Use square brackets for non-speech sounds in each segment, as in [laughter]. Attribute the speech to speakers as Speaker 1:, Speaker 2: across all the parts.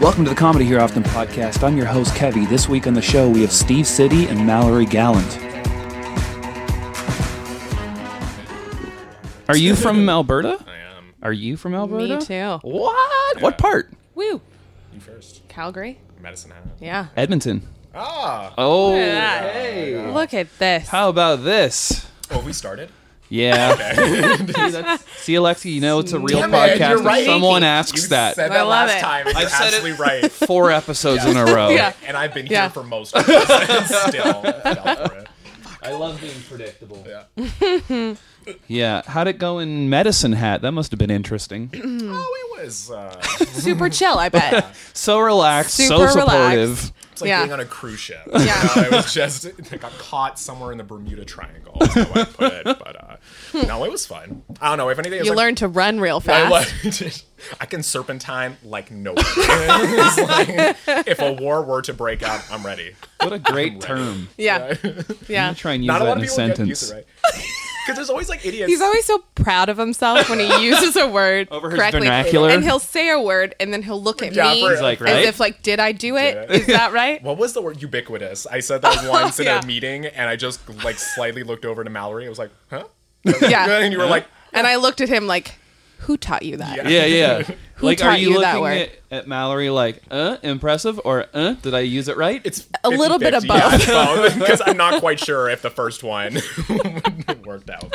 Speaker 1: Welcome to the Comedy Here Often podcast. I'm your host, Kevy. This week on the show, we have Steve City and Mallory Gallant. Are you from Alberta?
Speaker 2: I am.
Speaker 1: Are you from Alberta?
Speaker 3: Me too.
Speaker 1: What? What part?
Speaker 3: Woo.
Speaker 2: You first.
Speaker 3: Calgary.
Speaker 2: Medicine Hat.
Speaker 3: Yeah.
Speaker 1: Edmonton.
Speaker 2: Ah!
Speaker 1: Oh,
Speaker 3: Look at this.
Speaker 1: how about this?
Speaker 2: Oh, we started?
Speaker 1: [laughs] Yeah. See, Alexi, you know it's a real
Speaker 2: Damn it,
Speaker 1: podcast
Speaker 2: you're
Speaker 1: if
Speaker 2: right.
Speaker 1: someone
Speaker 2: You
Speaker 1: asks that.
Speaker 2: said
Speaker 3: I
Speaker 2: that
Speaker 3: love
Speaker 2: last
Speaker 3: it.
Speaker 2: time. and You're
Speaker 1: I said it-
Speaker 2: absolutely right.
Speaker 1: Four episodes in a row.
Speaker 3: Yeah.
Speaker 2: And I've
Speaker 3: [laughs]
Speaker 2: been
Speaker 3: Yeah.
Speaker 2: here for most of
Speaker 1: [laughs]
Speaker 2: it. Still. fell for it.
Speaker 1: I love being predictable.
Speaker 3: [laughs]
Speaker 2: Yeah.
Speaker 1: Yeah. How'd it go in Medicine Hat? That must have been interesting.
Speaker 2: Oh, it was. Uh,
Speaker 3: Super chill, I bet.
Speaker 1: [laughs] So relaxed, so
Speaker 3: Super
Speaker 1: supportive.
Speaker 3: relaxed.
Speaker 2: it's like
Speaker 3: Yeah.
Speaker 2: being on a cruise ship. Yeah. I was just. I got caught somewhere in the Bermuda Triangle. Is how I put it. But uh, no, it was fun. I don't know. If anything, it was
Speaker 3: Hmm. You
Speaker 2: like,
Speaker 3: learn to run real
Speaker 2: I, [laughs]
Speaker 3: fast.
Speaker 2: like, I can serpentine like no one. [laughs] It's like, if a war were to break out, I'm ready.
Speaker 1: What
Speaker 2: [laughs]
Speaker 1: a great term. [laughs]
Speaker 3: yeah. Yeah.
Speaker 1: I'm trying to use
Speaker 2: Not a
Speaker 1: that
Speaker 2: lot
Speaker 1: in
Speaker 2: of
Speaker 1: a
Speaker 2: people get used
Speaker 1: sentence.
Speaker 2: to it, right? Because there's always like idiots.
Speaker 3: He's always so proud of himself when
Speaker 1: [laughs]
Speaker 3: he uses a word
Speaker 1: Over his
Speaker 3: correctly.
Speaker 1: vernacular.
Speaker 3: And he'll say a word and then he'll look at
Speaker 2: Yeah,
Speaker 3: me
Speaker 2: for- He's
Speaker 1: like,
Speaker 3: as
Speaker 1: right?
Speaker 3: if like, did I do it?
Speaker 2: Yeah.
Speaker 3: Is
Speaker 1: [laughs]
Speaker 3: that right?
Speaker 2: What was the word ubiquitous? I said
Speaker 3: [laughs]
Speaker 2: that once in
Speaker 3: yeah.
Speaker 2: a meeting, and I just like slightly looked over to Mallory. I was like, "Huh?"
Speaker 3: [laughs] yeah.
Speaker 2: And you were like,
Speaker 3: And I looked at him like, who taught you
Speaker 2: Yeah.
Speaker 3: that?
Speaker 1: [laughs]
Speaker 2: [laughs]
Speaker 1: Yeah, yeah. like, are
Speaker 3: taught
Speaker 1: you,
Speaker 3: you that
Speaker 1: looking
Speaker 3: word?
Speaker 1: at, at Mallory like, uh, impressive or uh, did I use it right?
Speaker 2: "It's
Speaker 3: A little bit of
Speaker 2: because I'm not
Speaker 3: [laughs]
Speaker 2: quite sure if the first one [laughs] worked out."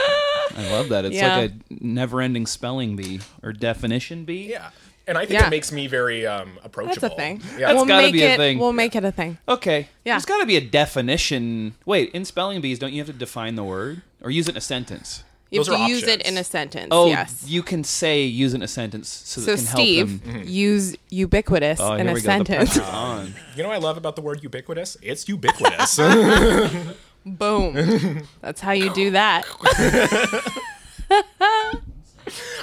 Speaker 1: I love that. It's
Speaker 3: Yeah.
Speaker 1: like a never-ending spelling bee or definition bee.
Speaker 2: Yeah, and I think
Speaker 3: Yeah.
Speaker 2: it makes me very um, approachable.
Speaker 3: That's a thing.
Speaker 2: Yeah,
Speaker 3: we'll
Speaker 1: gotta
Speaker 3: make
Speaker 1: be a
Speaker 3: it,
Speaker 1: thing.
Speaker 3: We'll make it a thing.
Speaker 1: Okay.
Speaker 3: Yeah.
Speaker 1: There's got to be a definition. Wait, in spelling bees, don't you have to define the word or use it in a sentence?
Speaker 3: You
Speaker 2: Those
Speaker 3: have
Speaker 2: are
Speaker 3: to use it
Speaker 2: options.
Speaker 3: in a sentence.
Speaker 1: Oh,
Speaker 3: yes.
Speaker 1: you can say use it in a sentence so, that
Speaker 3: so
Speaker 1: it can
Speaker 3: Steve,
Speaker 1: help them.
Speaker 3: use ubiquitous
Speaker 1: Oh,
Speaker 3: in
Speaker 1: here
Speaker 3: a
Speaker 1: we go. The
Speaker 3: sentence. [laughs]
Speaker 1: pressure's on.
Speaker 2: you know what I love about the word ubiquitous? It's ubiquitous.
Speaker 3: [laughs] Boom.
Speaker 2: [laughs]
Speaker 3: That's how you do that.
Speaker 2: I did.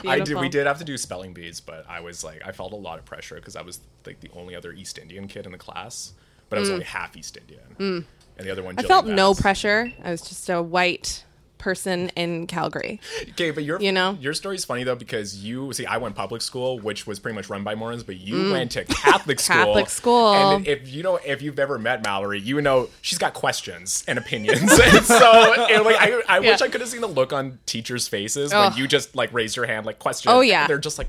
Speaker 2: We
Speaker 3: Beautiful.
Speaker 2: did have to do spelling bees, but I was like, I felt a lot of pressure because I was like the only other East Indian kid in the class, but I was only half East Indian, and the other one.
Speaker 3: Mm. I felt no pressure. I was just a white person in Calgary.
Speaker 2: Okay, but your
Speaker 3: you know?
Speaker 2: your story's funny though because you see, I went public school, which was pretty much run by Mormons, but you went to
Speaker 3: [laughs]
Speaker 2: Catholic school.
Speaker 3: Mm. Catholic school.
Speaker 2: And if you know, if you've ever met Mallory, you know she's got questions and opinions, [laughs] and so and, like I, I wish
Speaker 3: Yeah.
Speaker 2: I could have seen the look on teachers' faces
Speaker 3: Ugh.
Speaker 2: when you just like raised your hand, like question.
Speaker 3: Oh, yeah.
Speaker 2: they're just like.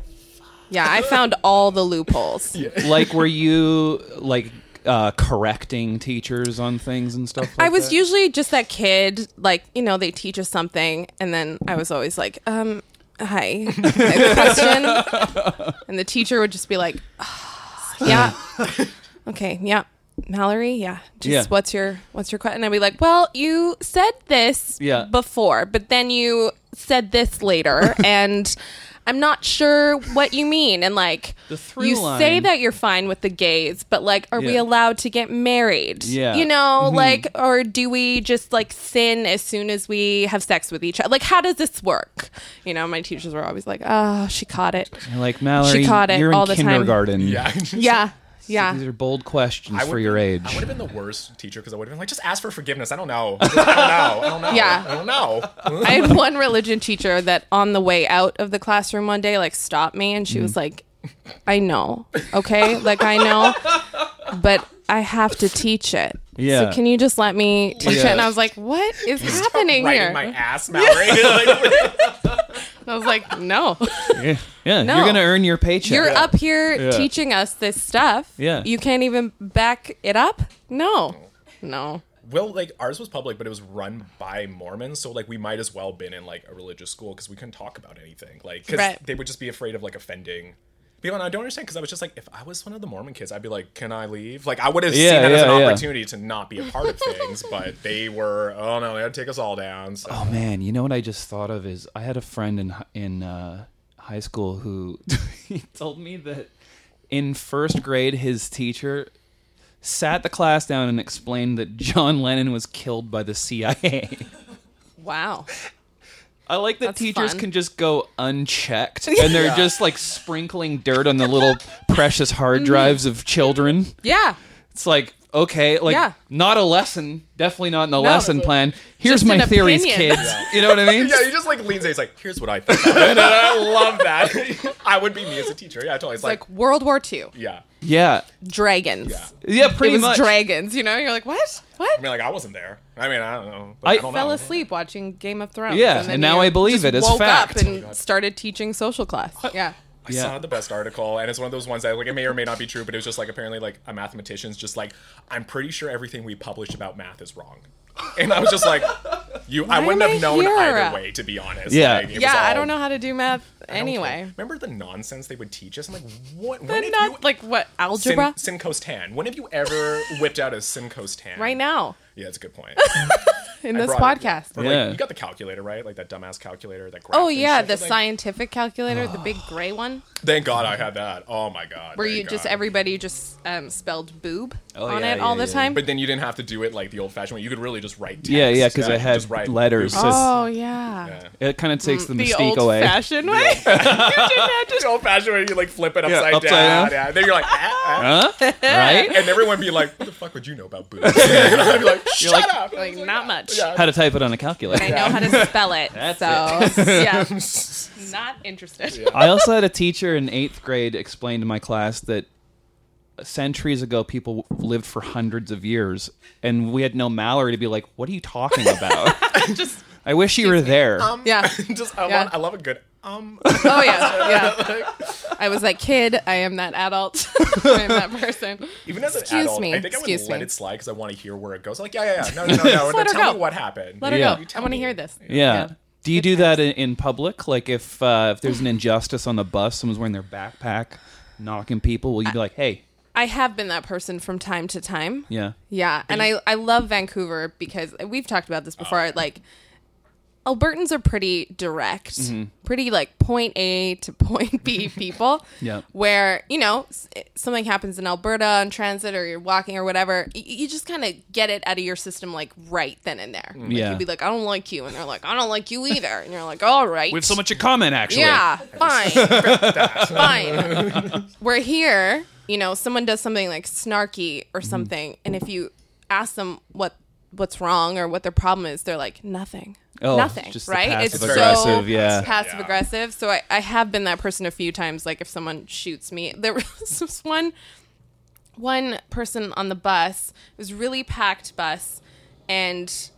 Speaker 3: Yeah, I found all
Speaker 2: [laughs]
Speaker 3: the loopholes.
Speaker 1: like, were you like uh, correcting teachers on things and stuff? Like
Speaker 3: I was
Speaker 1: that?
Speaker 3: usually just that kid, like, you know, they teach us something, and then I was always like, um, hi,
Speaker 2: [laughs]
Speaker 3: I question. and the teacher would just be like, "Ah, yeah, okay, yeah. Mallory, yeah. Just
Speaker 1: Yeah.
Speaker 3: what's your what's your question? And I'd be like, well, you said this
Speaker 1: Yeah.
Speaker 3: before, but then you said this
Speaker 1: [laughs]
Speaker 3: later, and I'm not sure what you mean. And like,
Speaker 1: The through
Speaker 3: you say
Speaker 1: line.
Speaker 3: that you're fine with the gays, but like, are we
Speaker 1: Yeah.
Speaker 3: allowed to get married?
Speaker 1: Yeah. Mm-hmm.
Speaker 3: You know, like, or do we just like sin as soon as we have sex with each other? Like, how does this work? You know, my teachers were always like, oh, she caught it.
Speaker 1: [laughs] You're like Mallory.
Speaker 3: She caught it
Speaker 1: you're
Speaker 3: all
Speaker 1: in
Speaker 3: the time. [laughs]
Speaker 1: kindergarten.
Speaker 2: Yeah.
Speaker 3: Yeah.
Speaker 1: These
Speaker 3: Yeah.
Speaker 1: are bold questions
Speaker 2: I
Speaker 1: for
Speaker 2: would've
Speaker 1: your
Speaker 2: been-
Speaker 1: age.
Speaker 2: I would have been the worst teacher because I would have been like, just ask for forgiveness. I don't know. I don't know. I don't know.
Speaker 3: Yeah.
Speaker 2: I don't
Speaker 1: [laughs]
Speaker 2: know.
Speaker 3: I had one religion teacher that on the way out of the classroom one day, like, stopped me and she was
Speaker 1: Mm.
Speaker 3: like, I know. Okay. Like, I know, but I have to teach it.
Speaker 1: Yeah.
Speaker 3: So can you just let me teach
Speaker 1: Yeah.
Speaker 3: it? And I was like, what is happening
Speaker 2: Right
Speaker 3: here? [laughs]
Speaker 2: in my ass, Mallory. [laughs] Like,
Speaker 3: I was like,
Speaker 1: [laughs]
Speaker 3: no.
Speaker 1: [laughs] yeah, yeah.
Speaker 3: No.
Speaker 1: you're gonna earn your paycheck.
Speaker 3: You're up here
Speaker 1: Yeah.
Speaker 3: teaching us this stuff.
Speaker 1: Yeah.
Speaker 3: You can't even back it up? No. No.
Speaker 2: well, like ours was public, but it was run by Mormons, so like we might as well been in like a religious school because we couldn't talk about anything. Like, because
Speaker 3: Right.
Speaker 2: they would just be afraid of like offending. People, and I don't understand because I was just like, if I was one of the Mormon kids, I'd be like, "Can I leave?" Like, I would have
Speaker 1: Yeah,
Speaker 2: seen that as an
Speaker 1: yeah, yeah.
Speaker 2: opportunity to not be a part of things, but they were, "Oh no, they'd take us all down." So
Speaker 1: Oh man, you know what I just thought of is I had a friend in hi- in uh, high school who [laughs] he told me that in first grade his teacher sat the class down and explained that John Lennon was killed by the CIA.
Speaker 3: Wow.
Speaker 1: I like that
Speaker 3: That's
Speaker 1: teachers
Speaker 3: fun.
Speaker 1: can just go
Speaker 3: [laughs]
Speaker 1: unchecked and they're just like
Speaker 3: Mm-hmm.
Speaker 1: sprinkling dirt on the little precious hard drives of children.
Speaker 3: Yeah.
Speaker 1: It's like okay, like
Speaker 3: Yeah.
Speaker 1: not a lesson, definitely not in the lesson plan. Here's
Speaker 3: Just
Speaker 1: my
Speaker 3: an
Speaker 1: theories,
Speaker 3: opinion. [laughs]
Speaker 1: kids. You know what I mean?
Speaker 2: Yeah, he just like leans in. He's like, "Here's what I think," about it." and I love that. [laughs] I would be me as a teacher. Yeah, totally. It's like,
Speaker 3: like World War II,
Speaker 2: yeah,
Speaker 1: Yeah,
Speaker 3: dragons.
Speaker 2: yeah.
Speaker 1: yeah,
Speaker 3: It
Speaker 1: pretty
Speaker 3: was
Speaker 1: much.
Speaker 3: dragons, you know? You're like, what? What?
Speaker 2: I mean, like I wasn't there. I mean, I don't know. but
Speaker 1: I
Speaker 2: don't
Speaker 3: fell
Speaker 2: know.
Speaker 3: asleep watching Game of Thrones.
Speaker 1: Yeah,
Speaker 3: then
Speaker 1: and now
Speaker 3: you
Speaker 1: I believe
Speaker 3: just
Speaker 1: it as
Speaker 3: woke
Speaker 1: fact.
Speaker 3: up
Speaker 2: Oh
Speaker 3: and started teaching social class. Yeah.
Speaker 2: I
Speaker 1: Yeah.
Speaker 2: saw the best article, and it's one of those ones that like it may or may not be true, but it was just like apparently like a mathematician's just like I'm pretty sure everything we published about math is wrong, and I was just like, you, I
Speaker 3: Why
Speaker 2: wouldn't
Speaker 3: am
Speaker 2: have
Speaker 3: I
Speaker 2: known
Speaker 3: here?
Speaker 2: either way to be honest.
Speaker 1: Yeah.
Speaker 2: Like, it was
Speaker 3: Yeah, I
Speaker 2: all-
Speaker 3: don't know how to do math
Speaker 2: I don't care.
Speaker 3: anyway.
Speaker 2: remember the nonsense they would teach us? I'm like, what? When
Speaker 3: But
Speaker 2: have
Speaker 3: not
Speaker 2: you,
Speaker 3: like what
Speaker 2: Sin,
Speaker 3: algebra
Speaker 2: Simcoe tan. When have you ever whipped out a Simcoe tan?
Speaker 3: right now
Speaker 2: Yeah, that's a good
Speaker 3: [laughs]
Speaker 2: point.
Speaker 3: in
Speaker 2: I
Speaker 3: this
Speaker 2: brought it-
Speaker 3: podcast.
Speaker 2: But,
Speaker 1: Yeah.
Speaker 2: Like, you got the calculator right, like that dumbass calculator. That
Speaker 3: Oh
Speaker 2: graphed and
Speaker 3: yeah,
Speaker 2: shit.
Speaker 3: the
Speaker 2: Like,
Speaker 3: scientific
Speaker 2: [sighs]
Speaker 3: calculator, the big gray one,
Speaker 2: Thank God I had that. Oh my God.
Speaker 3: where
Speaker 2: thank
Speaker 3: you just
Speaker 2: God.
Speaker 3: everybody just um, spelled boob
Speaker 1: Oh,
Speaker 3: on
Speaker 1: yeah,
Speaker 3: it all
Speaker 1: yeah,
Speaker 3: the
Speaker 1: yeah.
Speaker 3: time.
Speaker 2: But then you didn't have to do it like the old-fashioned way. You could really just write. Text.
Speaker 1: Yeah, yeah, 'cause I
Speaker 2: you could
Speaker 1: had
Speaker 2: just write
Speaker 1: letters,
Speaker 2: boobs.
Speaker 1: so-
Speaker 3: oh yeah.
Speaker 2: Yeah.
Speaker 1: It kind of takes the
Speaker 3: Mm, The
Speaker 1: mystique
Speaker 3: old
Speaker 1: away.
Speaker 3: fashioned
Speaker 2: [laughs]
Speaker 3: way. you didn't have
Speaker 2: The [laughs]
Speaker 3: to.
Speaker 2: old-fashioned way you like flip it upside,
Speaker 1: upside
Speaker 2: down.
Speaker 1: down.
Speaker 2: Yeah. And then you're like, ah, ah.
Speaker 1: Huh? Right?
Speaker 2: and everyone be like, "What the fuck would you know about
Speaker 1: [laughs]
Speaker 2: boobs?" [laughs] and I'd be like, "Shut
Speaker 1: like-
Speaker 2: up."
Speaker 3: Like not much.
Speaker 1: How to type it on a calculator.
Speaker 3: I know how to spell it.
Speaker 2: [laughs]
Speaker 3: so yeah, not interested.
Speaker 1: I also had a teacher in eighth grade explain to my class that centuries ago people lived for hundreds of years, and we had no Mallory to be like, "What are you
Speaker 3: [laughs]
Speaker 1: talking about?"
Speaker 3: Just
Speaker 1: I wish you were there.
Speaker 2: [laughs]
Speaker 3: yeah.
Speaker 2: just [laughs] I,
Speaker 3: "Ah." Yeah.
Speaker 2: want, I love a good um.
Speaker 3: Oh yeah, yeah. I was that kid. I am that adult. [laughs] I am that person.
Speaker 2: Even as an
Speaker 3: Excuse
Speaker 2: adult,
Speaker 3: me,
Speaker 2: I think I would
Speaker 3: excuse
Speaker 2: let
Speaker 3: me.
Speaker 2: it slide because I want to hear where it goes. Like, yeah, yeah, yeah. No,
Speaker 3: [laughs]
Speaker 2: no, no, no. no
Speaker 3: let her
Speaker 2: tell
Speaker 3: go.
Speaker 2: me what happened.
Speaker 3: Let her
Speaker 1: Yeah.
Speaker 3: go.
Speaker 2: You
Speaker 3: I
Speaker 2: tell
Speaker 3: want to
Speaker 2: me.
Speaker 3: hear this.
Speaker 1: Yeah.
Speaker 3: Yeah.
Speaker 1: Do you do that in, in public? Like if uh, if there's an injustice on the bus, someone's wearing their backpack, knocking people, will you be like, "Hey,
Speaker 3: I have been that person from time to time.
Speaker 1: yeah,
Speaker 3: Yeah, and I I love Vancouver because we've talked about this before. Like Albertans are pretty direct, pretty like point A to [laughs] point B people.
Speaker 1: Yeah.
Speaker 3: Where, you know, s- something happens in Alberta on transit or you're walking or whatever, y- you just kind of get it out of your system like right then and there. Like,
Speaker 1: Yeah.
Speaker 3: You'd be like, I don't like you. And they're like, I don't like you either. And you're like, all right.
Speaker 1: we have so much in common, actually."
Speaker 3: Yeah,
Speaker 1: [laughs]
Speaker 3: fine. fine. We're here, you know, someone does something like snarky or
Speaker 1: Mm-hmm.
Speaker 3: something, and if you ask them what what's wrong or what their problem is, they're like, nothing.
Speaker 1: Oh,
Speaker 3: nothing.
Speaker 1: just the
Speaker 3: right?
Speaker 1: passive-aggressive, yeah.
Speaker 3: passive aggressive. So I, I have been that person a few times, like if someone shoots me. There [laughs] was this one one person on the bus, it was a really packed bus, and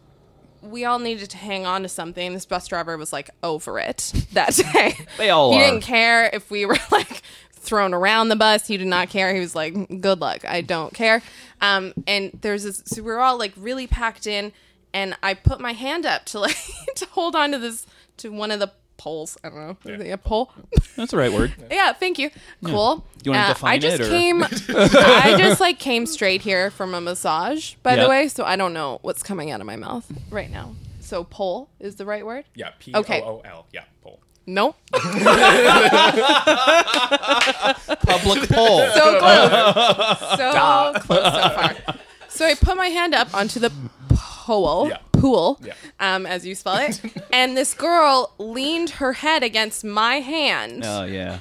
Speaker 3: we all needed to hang on to something. This bus driver was like over it [laughs] that day.
Speaker 1: They all
Speaker 3: he
Speaker 1: are.
Speaker 3: didn't care if we were [laughs] like thrown around the bus. He did not care. He was like, "Good luck. I don't care." Um, and there's this. So we were all like really packed in, and I put my hand up to like [laughs] to hold on to this to one of the poles. I don't know. Is it a pole?
Speaker 1: that's the
Speaker 3: [laughs]
Speaker 1: right word.
Speaker 3: Yeah, thank you. Cool.
Speaker 1: Do you wanna
Speaker 3: Uh, I
Speaker 1: define
Speaker 3: just
Speaker 1: it, or- [laughs]
Speaker 3: came I just like came straight here from a massage, by
Speaker 1: Yeah.
Speaker 3: the way, so I don't know what's coming out of my mouth right now. So pole is the right word?
Speaker 2: Yeah. P O
Speaker 3: Okay.
Speaker 2: O L. Yeah. Poll.
Speaker 1: [laughs]
Speaker 3: Nope.
Speaker 1: Public poll.
Speaker 3: So close. so close so far. So I put my hand up onto the pole,
Speaker 2: Yeah.
Speaker 3: pool,
Speaker 2: Yeah.
Speaker 3: um, as you spell it, and this girl leaned her head against my hand.
Speaker 1: oh yeah.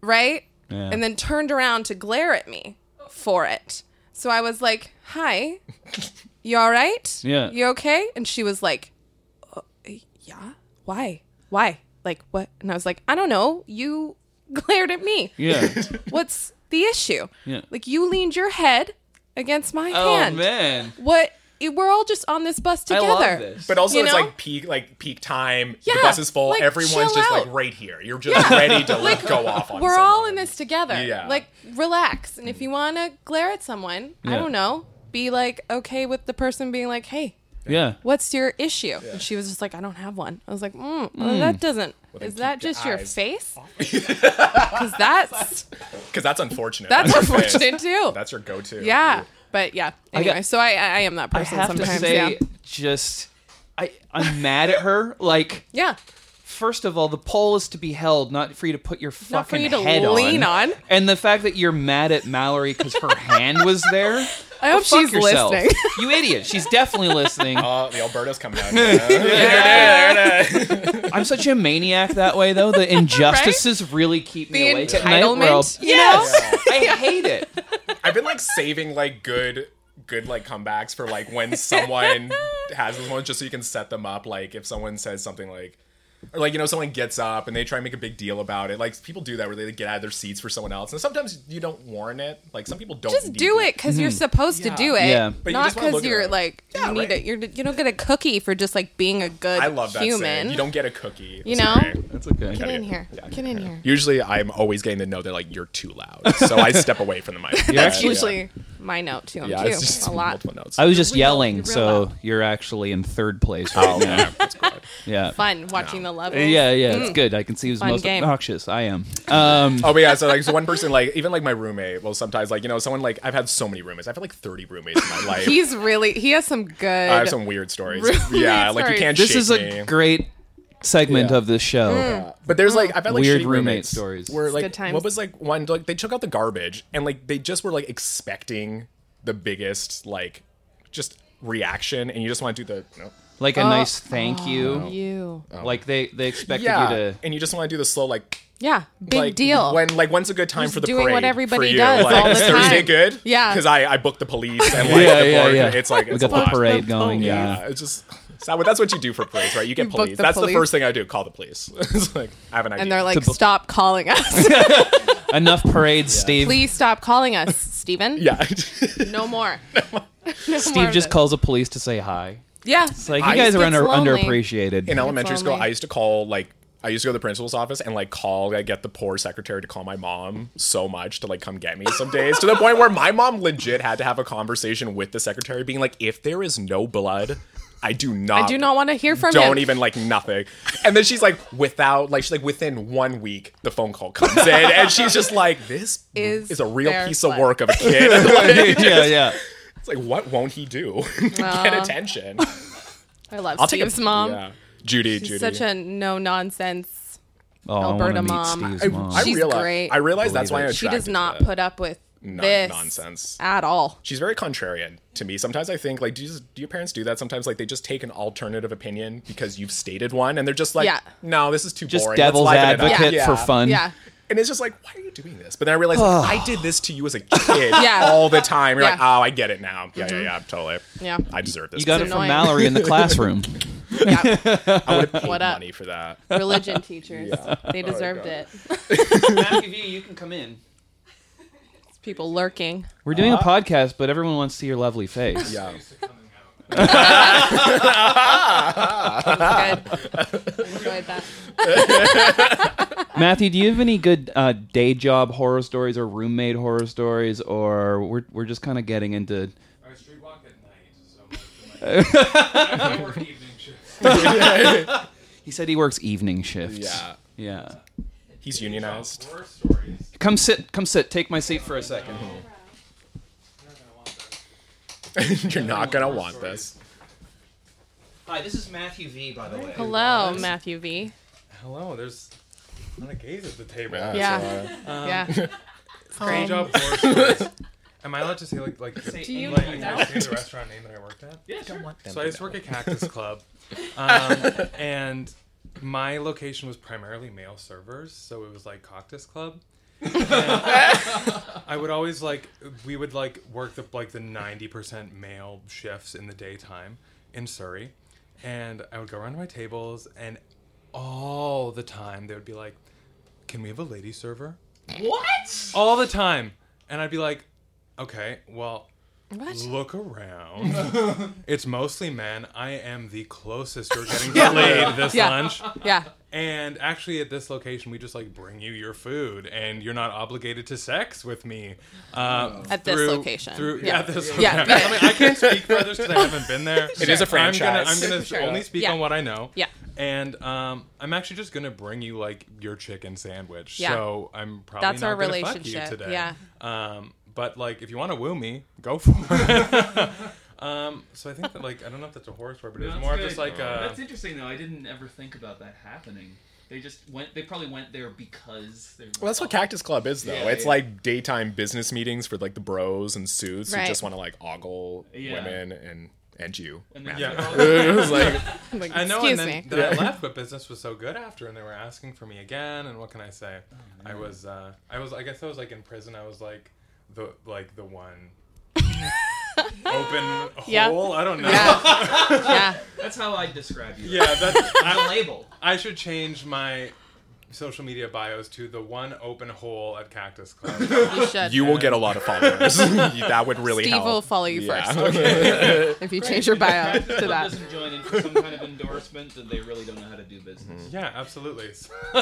Speaker 3: right?
Speaker 1: Yeah.
Speaker 3: And then turned around to glare at me for it. So I was like, "Hi, you all right?
Speaker 1: Yeah.
Speaker 3: you okay?" And she was like, "Uh, "Yeah, why? Why? Like what?" And I was like, "I don't know. You [laughs] glared at me. [laughs]
Speaker 1: Yeah.
Speaker 3: What's the issue?
Speaker 1: Yeah.
Speaker 3: Like you leaned your head against my
Speaker 1: oh
Speaker 3: hand.
Speaker 1: man.
Speaker 3: What? it- We're all just on this bus together.
Speaker 1: I love this.
Speaker 2: But also,
Speaker 3: You
Speaker 2: it's
Speaker 3: know?
Speaker 2: like peak, like peak time.
Speaker 3: Yeah,
Speaker 2: the bus is full.
Speaker 3: like,
Speaker 2: Everyone's
Speaker 3: chill
Speaker 2: just
Speaker 3: out.
Speaker 2: like right here. You're just ready
Speaker 3: [laughs]
Speaker 2: to like go off on.
Speaker 3: We're all
Speaker 2: someone.
Speaker 3: in this together.
Speaker 2: Yeah.
Speaker 3: Like, relax. And if you want to glare at someone, I
Speaker 1: Yeah.
Speaker 3: don't know, be like okay with the person being like, hey,
Speaker 1: Yeah.
Speaker 3: what's your issue? And she was just like, I don't have one. I was like, mm, well, that doesn't.
Speaker 2: then
Speaker 3: is that
Speaker 2: keep your
Speaker 3: just your
Speaker 2: eyes
Speaker 3: face? [laughs] Because that's
Speaker 2: because that's unfortunate.
Speaker 3: that's
Speaker 2: your face.
Speaker 3: unfortunate too.
Speaker 2: [laughs] That's your go-to.
Speaker 3: yeah. But yeah. Anyway,
Speaker 1: got-
Speaker 3: so I, I I am that
Speaker 1: I
Speaker 3: person
Speaker 1: have to
Speaker 3: sometimes.
Speaker 1: say,
Speaker 3: yeah.
Speaker 1: just I I'm mad at her. Like
Speaker 3: Yeah.
Speaker 1: first of all, the pole is to be held, not for you to put your fucking
Speaker 3: Not for you to
Speaker 1: head
Speaker 3: lean on.
Speaker 1: And the fact that you're mad at Mallory because her hand was there.
Speaker 3: [laughs] I hope
Speaker 1: Fuck
Speaker 3: she's
Speaker 1: yourself.
Speaker 3: listening. [laughs]
Speaker 1: you idiot. She's definitely listening.
Speaker 2: Uh, the Alberta's coming out. Yeah.
Speaker 1: I'm such a maniac that
Speaker 3: [laughs]
Speaker 1: way, though. The injustices really keep me
Speaker 3: The [laughs]
Speaker 1: awake at night. where I'll-
Speaker 3: entitlement, you know?
Speaker 1: I hate it.
Speaker 2: I've been like saving like good good like comebacks for like when
Speaker 3: [laughs]
Speaker 2: someone has this one, just so you can set them up. Like if someone says something like, or like you know, someone gets up and they try and make a big deal about it. Like people do that where they get out of their seats for someone else, and sometimes you don't warn it. Like some people don't
Speaker 3: Just
Speaker 2: need
Speaker 3: do it because you're supposed
Speaker 2: Yeah.
Speaker 3: to do it,
Speaker 1: Yeah. But
Speaker 2: you
Speaker 3: not
Speaker 2: just wanna
Speaker 3: because
Speaker 2: look at
Speaker 3: you're
Speaker 2: it.
Speaker 3: like
Speaker 2: Yeah,
Speaker 3: you need
Speaker 2: right.
Speaker 3: it. You're, you don't get a cookie for just like being a good
Speaker 2: I love that
Speaker 3: human.
Speaker 2: saying. You don't get a cookie.
Speaker 3: You
Speaker 2: It's
Speaker 3: know?
Speaker 2: great.
Speaker 1: That's okay.
Speaker 3: get
Speaker 2: gotta
Speaker 3: in
Speaker 2: get-
Speaker 3: here.
Speaker 2: yeah,
Speaker 3: get in here.
Speaker 2: Usually, I'm always getting the note that like you're too loud, so I step away from the mic. But,
Speaker 3: [laughs] That's
Speaker 1: actually-
Speaker 3: usually my note to him
Speaker 2: yeah,
Speaker 3: too.
Speaker 2: it's just
Speaker 3: a lot.
Speaker 2: multiple notes.
Speaker 1: I was just
Speaker 3: You're real-
Speaker 1: yelling,
Speaker 3: you're real
Speaker 1: so
Speaker 3: loud.
Speaker 1: you're actually in third place. Right
Speaker 3: [laughs]
Speaker 2: oh yeah, [laughs] that's cool.
Speaker 1: Yeah.
Speaker 3: Fun watching the levels.
Speaker 1: Yeah, yeah, it's good. I can see who's
Speaker 3: Mm. Fun
Speaker 1: most
Speaker 3: game.
Speaker 1: obnoxious.
Speaker 2: [laughs]
Speaker 1: I am. Um,
Speaker 2: Oh but yeah, so like so one person like even like my roommate will sometimes like you know someone like I've had so many roommates. I've had like 30 roommates in my
Speaker 3: [laughs]
Speaker 2: life.
Speaker 3: He's really he has some good.
Speaker 2: I have some weird stories.
Speaker 3: Roommate
Speaker 2: yeah, like you
Speaker 3: stories.
Speaker 2: can't
Speaker 1: this
Speaker 2: shake
Speaker 1: is a
Speaker 2: me.
Speaker 1: great segment
Speaker 2: Yeah.
Speaker 1: of the show.
Speaker 3: Mm.
Speaker 2: But there's like I've had like
Speaker 1: Weird
Speaker 2: shitty
Speaker 1: roommate
Speaker 2: roommates
Speaker 1: stories.
Speaker 2: Where like
Speaker 3: Oh. good times.
Speaker 2: what was like one like they took out the garbage and like they just were like expecting the biggest like just reaction and you just want to do the you know,
Speaker 1: Like a
Speaker 3: Oh.
Speaker 1: nice thank you.
Speaker 3: you.
Speaker 1: Like they they expected
Speaker 2: Oh. yeah
Speaker 1: you to.
Speaker 2: and you just want to do the slow like
Speaker 3: Yeah, big
Speaker 2: like,
Speaker 3: deal.
Speaker 2: when like when's a good time
Speaker 3: Just
Speaker 2: for the
Speaker 3: doing what
Speaker 2: parade
Speaker 3: everybody
Speaker 2: for you?
Speaker 3: does
Speaker 2: like,
Speaker 3: all the
Speaker 2: is Thursday
Speaker 3: time.
Speaker 2: good
Speaker 3: Yeah.
Speaker 2: because I I booked the police and like
Speaker 1: [laughs] Yeah,
Speaker 2: the
Speaker 1: yeah,
Speaker 2: board-
Speaker 1: yeah.
Speaker 2: it's like
Speaker 1: We
Speaker 2: it's Oh,
Speaker 1: got
Speaker 2: a
Speaker 1: the
Speaker 2: lot.
Speaker 1: parade going.
Speaker 2: Yeah,
Speaker 1: Yeah.
Speaker 2: it's just it's not- that's what you do for police, right? You get
Speaker 3: You book
Speaker 2: police.
Speaker 3: the
Speaker 2: That's
Speaker 3: police.
Speaker 2: the first thing I do. Call the police. [laughs] it's like I have an idea.
Speaker 3: and they're like,
Speaker 1: bu-
Speaker 3: stop
Speaker 2: [laughs]
Speaker 3: calling us. [laughs]
Speaker 1: Enough parades, Steve.
Speaker 3: Please stop calling us, Steven.
Speaker 2: yeah, [laughs]
Speaker 3: No more. No more
Speaker 1: Steve
Speaker 3: of
Speaker 1: just
Speaker 3: this.
Speaker 1: calls the police to say hi.
Speaker 3: Yeah.
Speaker 1: It's like you
Speaker 2: I-
Speaker 1: guys are
Speaker 3: It's
Speaker 1: under
Speaker 3: lonely.
Speaker 1: underappreciated.
Speaker 2: in elementary school,
Speaker 3: lonely.
Speaker 2: I used to call like I used to go to the principal's office and like call. I get the poor secretary to call my mom so much to like come get me some days to the point where my mom legit had to have a conversation with the secretary, being like, "If there is no blood, I do not,
Speaker 3: I do not want to hear from
Speaker 2: Um, don't
Speaker 3: him.
Speaker 2: even like nothing." And then she's like, without like she's like within one week, the phone call comes in,
Speaker 3: [laughs]
Speaker 2: and she's just like, "This
Speaker 3: Is
Speaker 2: is, a real
Speaker 3: there
Speaker 2: piece of
Speaker 3: blood?"
Speaker 2: work of a
Speaker 3: [laughs]
Speaker 2: kid." [laughs] Like,
Speaker 1: yeah, yeah. Oh,
Speaker 2: it's like, what won't he do [laughs] to get attention?
Speaker 3: I love
Speaker 2: I'll take a-
Speaker 3: Steve's mom.
Speaker 2: Yeah. Judy,
Speaker 3: She's
Speaker 2: Judy.
Speaker 3: such a no nonsense.
Speaker 1: Oh,
Speaker 3: Alberta
Speaker 1: I want to
Speaker 3: mom.
Speaker 1: meet Steve's
Speaker 2: I,
Speaker 1: mom.
Speaker 2: I
Speaker 3: She's
Speaker 2: realize,
Speaker 3: great.
Speaker 2: I realize that's
Speaker 1: Believe
Speaker 2: why
Speaker 1: it.
Speaker 2: I'm
Speaker 3: She does
Speaker 2: attracted
Speaker 3: not
Speaker 2: to that.
Speaker 3: put up with
Speaker 2: Non-
Speaker 3: this
Speaker 2: nonsense.
Speaker 3: at all.
Speaker 2: She's very contrarian to me. Sometimes I think like, do, you, do your parents do that? Sometimes like they just take an alternative opinion because you've stated one, and they're just like,
Speaker 3: Yeah.
Speaker 2: no, this is too
Speaker 1: Just
Speaker 2: boring. Let's
Speaker 1: devil's
Speaker 2: liven it up."
Speaker 1: advocate
Speaker 2: Yeah.
Speaker 1: for fun.
Speaker 3: Yeah.
Speaker 2: And it's just like, why are you doing this? But then I realized like, I did this to you as a kid
Speaker 3: [laughs] Yeah.
Speaker 2: all the time. You're like,
Speaker 3: Yeah. Mm-hmm.
Speaker 2: oh, I get it now. Yeah, yeah, yeah, totally.
Speaker 3: Yeah.
Speaker 2: I deserve this.
Speaker 1: You got it
Speaker 2: too.
Speaker 1: from
Speaker 3: annoying.
Speaker 2: [laughs]
Speaker 1: Mallory in the classroom.
Speaker 2: I would have paid
Speaker 3: What up?
Speaker 2: money for that. [laughs]
Speaker 3: Religion teachers. They deserved
Speaker 2: God.
Speaker 3: it.
Speaker 1: Matthew V, you can come in.
Speaker 3: It's people lurking.
Speaker 2: [laughs]
Speaker 1: We're doing a podcast, but everyone wants to see your lovely face.
Speaker 2: Uh-huh. Yeah.
Speaker 3: Good. Enjoyed that.
Speaker 1: [laughs] Matthew, do you have any good uh, day job horror stories or roommate horror stories, or we're we're just kind of getting into?
Speaker 4: I streetwalk at night, so much of my-
Speaker 1: [laughs]
Speaker 4: I work evening shifts.
Speaker 1: He said he works evening shifts.
Speaker 2: Yeah.
Speaker 1: yeah.
Speaker 2: He's unionized. [laughs]
Speaker 4: Horror stories.
Speaker 1: Come sit, come sit. Take my seat for a second.
Speaker 4: You're not gonna want that.
Speaker 2: You're not gonna want this.
Speaker 1: Hi, this is Matthew V. By the way,
Speaker 3: Hello, Matthew V.
Speaker 4: Hello, there's a lot of gays at the table.
Speaker 2: Yeah.
Speaker 3: Yeah.
Speaker 2: Um,
Speaker 3: yeah. It's
Speaker 4: Day
Speaker 3: great.
Speaker 4: job horror stories. Am I allowed to say like like the,
Speaker 3: Do you
Speaker 4: like,
Speaker 3: know?
Speaker 4: can I say the restaurant name that I worked at?
Speaker 1: yeah, sure.
Speaker 4: So I used to work at Cactus Club, um, and my location was primarily male servers, so it was like Cactus Club. And I would always like we would like work the like the ninety percent male shifts in the daytime in Surrey, and I would go around to my tables, and all the time they would be like, "Can we have a lady server?"
Speaker 1: What?
Speaker 4: All the time, and I'd be like, "Okay, well."
Speaker 3: What?
Speaker 4: Look around. it's mostly men. I am the closest
Speaker 3: [laughs]
Speaker 4: you're getting to laid this
Speaker 3: Yeah.
Speaker 4: lunch.
Speaker 3: Yeah.
Speaker 4: And actually, at this location, we just like bring you your food, and you're not obligated to sex with me. Um,
Speaker 3: At this
Speaker 4: through-
Speaker 3: location.
Speaker 4: Through,
Speaker 3: Yeah.
Speaker 4: yeah. at this
Speaker 3: Yeah.
Speaker 4: location. I mean, I can't speak for others because I haven't been there. It
Speaker 2: is a
Speaker 4: I'm
Speaker 2: franchise.
Speaker 4: gonna, I'm gonna only speak
Speaker 3: Yeah.
Speaker 4: on what I know.
Speaker 3: Yeah.
Speaker 4: And um, I'm actually just gonna bring you like your chicken sandwich.
Speaker 3: Yeah.
Speaker 4: So I'm probably
Speaker 3: That's
Speaker 4: not
Speaker 3: our
Speaker 4: gonna fuck
Speaker 3: relationship.
Speaker 4: you today.
Speaker 3: Yeah.
Speaker 4: Um, but like, if you want to woo me, go for it. um, so I think that like I don't know if that's a horror story, but it's
Speaker 1: That's
Speaker 4: more of
Speaker 1: good.
Speaker 4: just like uh, a, [laughs]
Speaker 1: That's interesting though. I didn't ever think about that happening. They just went. They probably went there because. They were
Speaker 2: Well, that's what Cactus Club is, though.
Speaker 1: Yeah,
Speaker 2: it's
Speaker 1: yeah.
Speaker 2: like daytime business meetings for like the bros and suits
Speaker 3: Right.
Speaker 2: who just want to like ogle
Speaker 1: Yeah.
Speaker 2: women and and you.
Speaker 1: And then
Speaker 4: yeah.
Speaker 2: it was like,
Speaker 3: I'm like,
Speaker 4: I know,
Speaker 3: Excuse
Speaker 4: and then,
Speaker 3: me.
Speaker 4: then I left, but business was so good after, and they were asking for me again. And what can I say? I was,
Speaker 3: [laughs]
Speaker 4: uh, I was, I guess I was like in prison. I was like the like the one open hole.
Speaker 3: Yeah.
Speaker 4: I don't know. [laughs] Yeah,
Speaker 3: Yeah. yeah.
Speaker 1: That's how I describe you.
Speaker 4: that's, I,
Speaker 1: label.
Speaker 4: I should change my social media bios to the one open hole at Cactus Club.
Speaker 3: You should.
Speaker 2: You will get a lot of
Speaker 3: [laughs]
Speaker 2: followers. [laughs] that would really
Speaker 3: Steve
Speaker 2: help.
Speaker 3: will follow you
Speaker 2: Yeah.
Speaker 3: first if you change your bio to that.
Speaker 1: doesn't join in for some kind of endorsement, then they really don't know how to do business.
Speaker 4: yeah, absolutely. [laughs]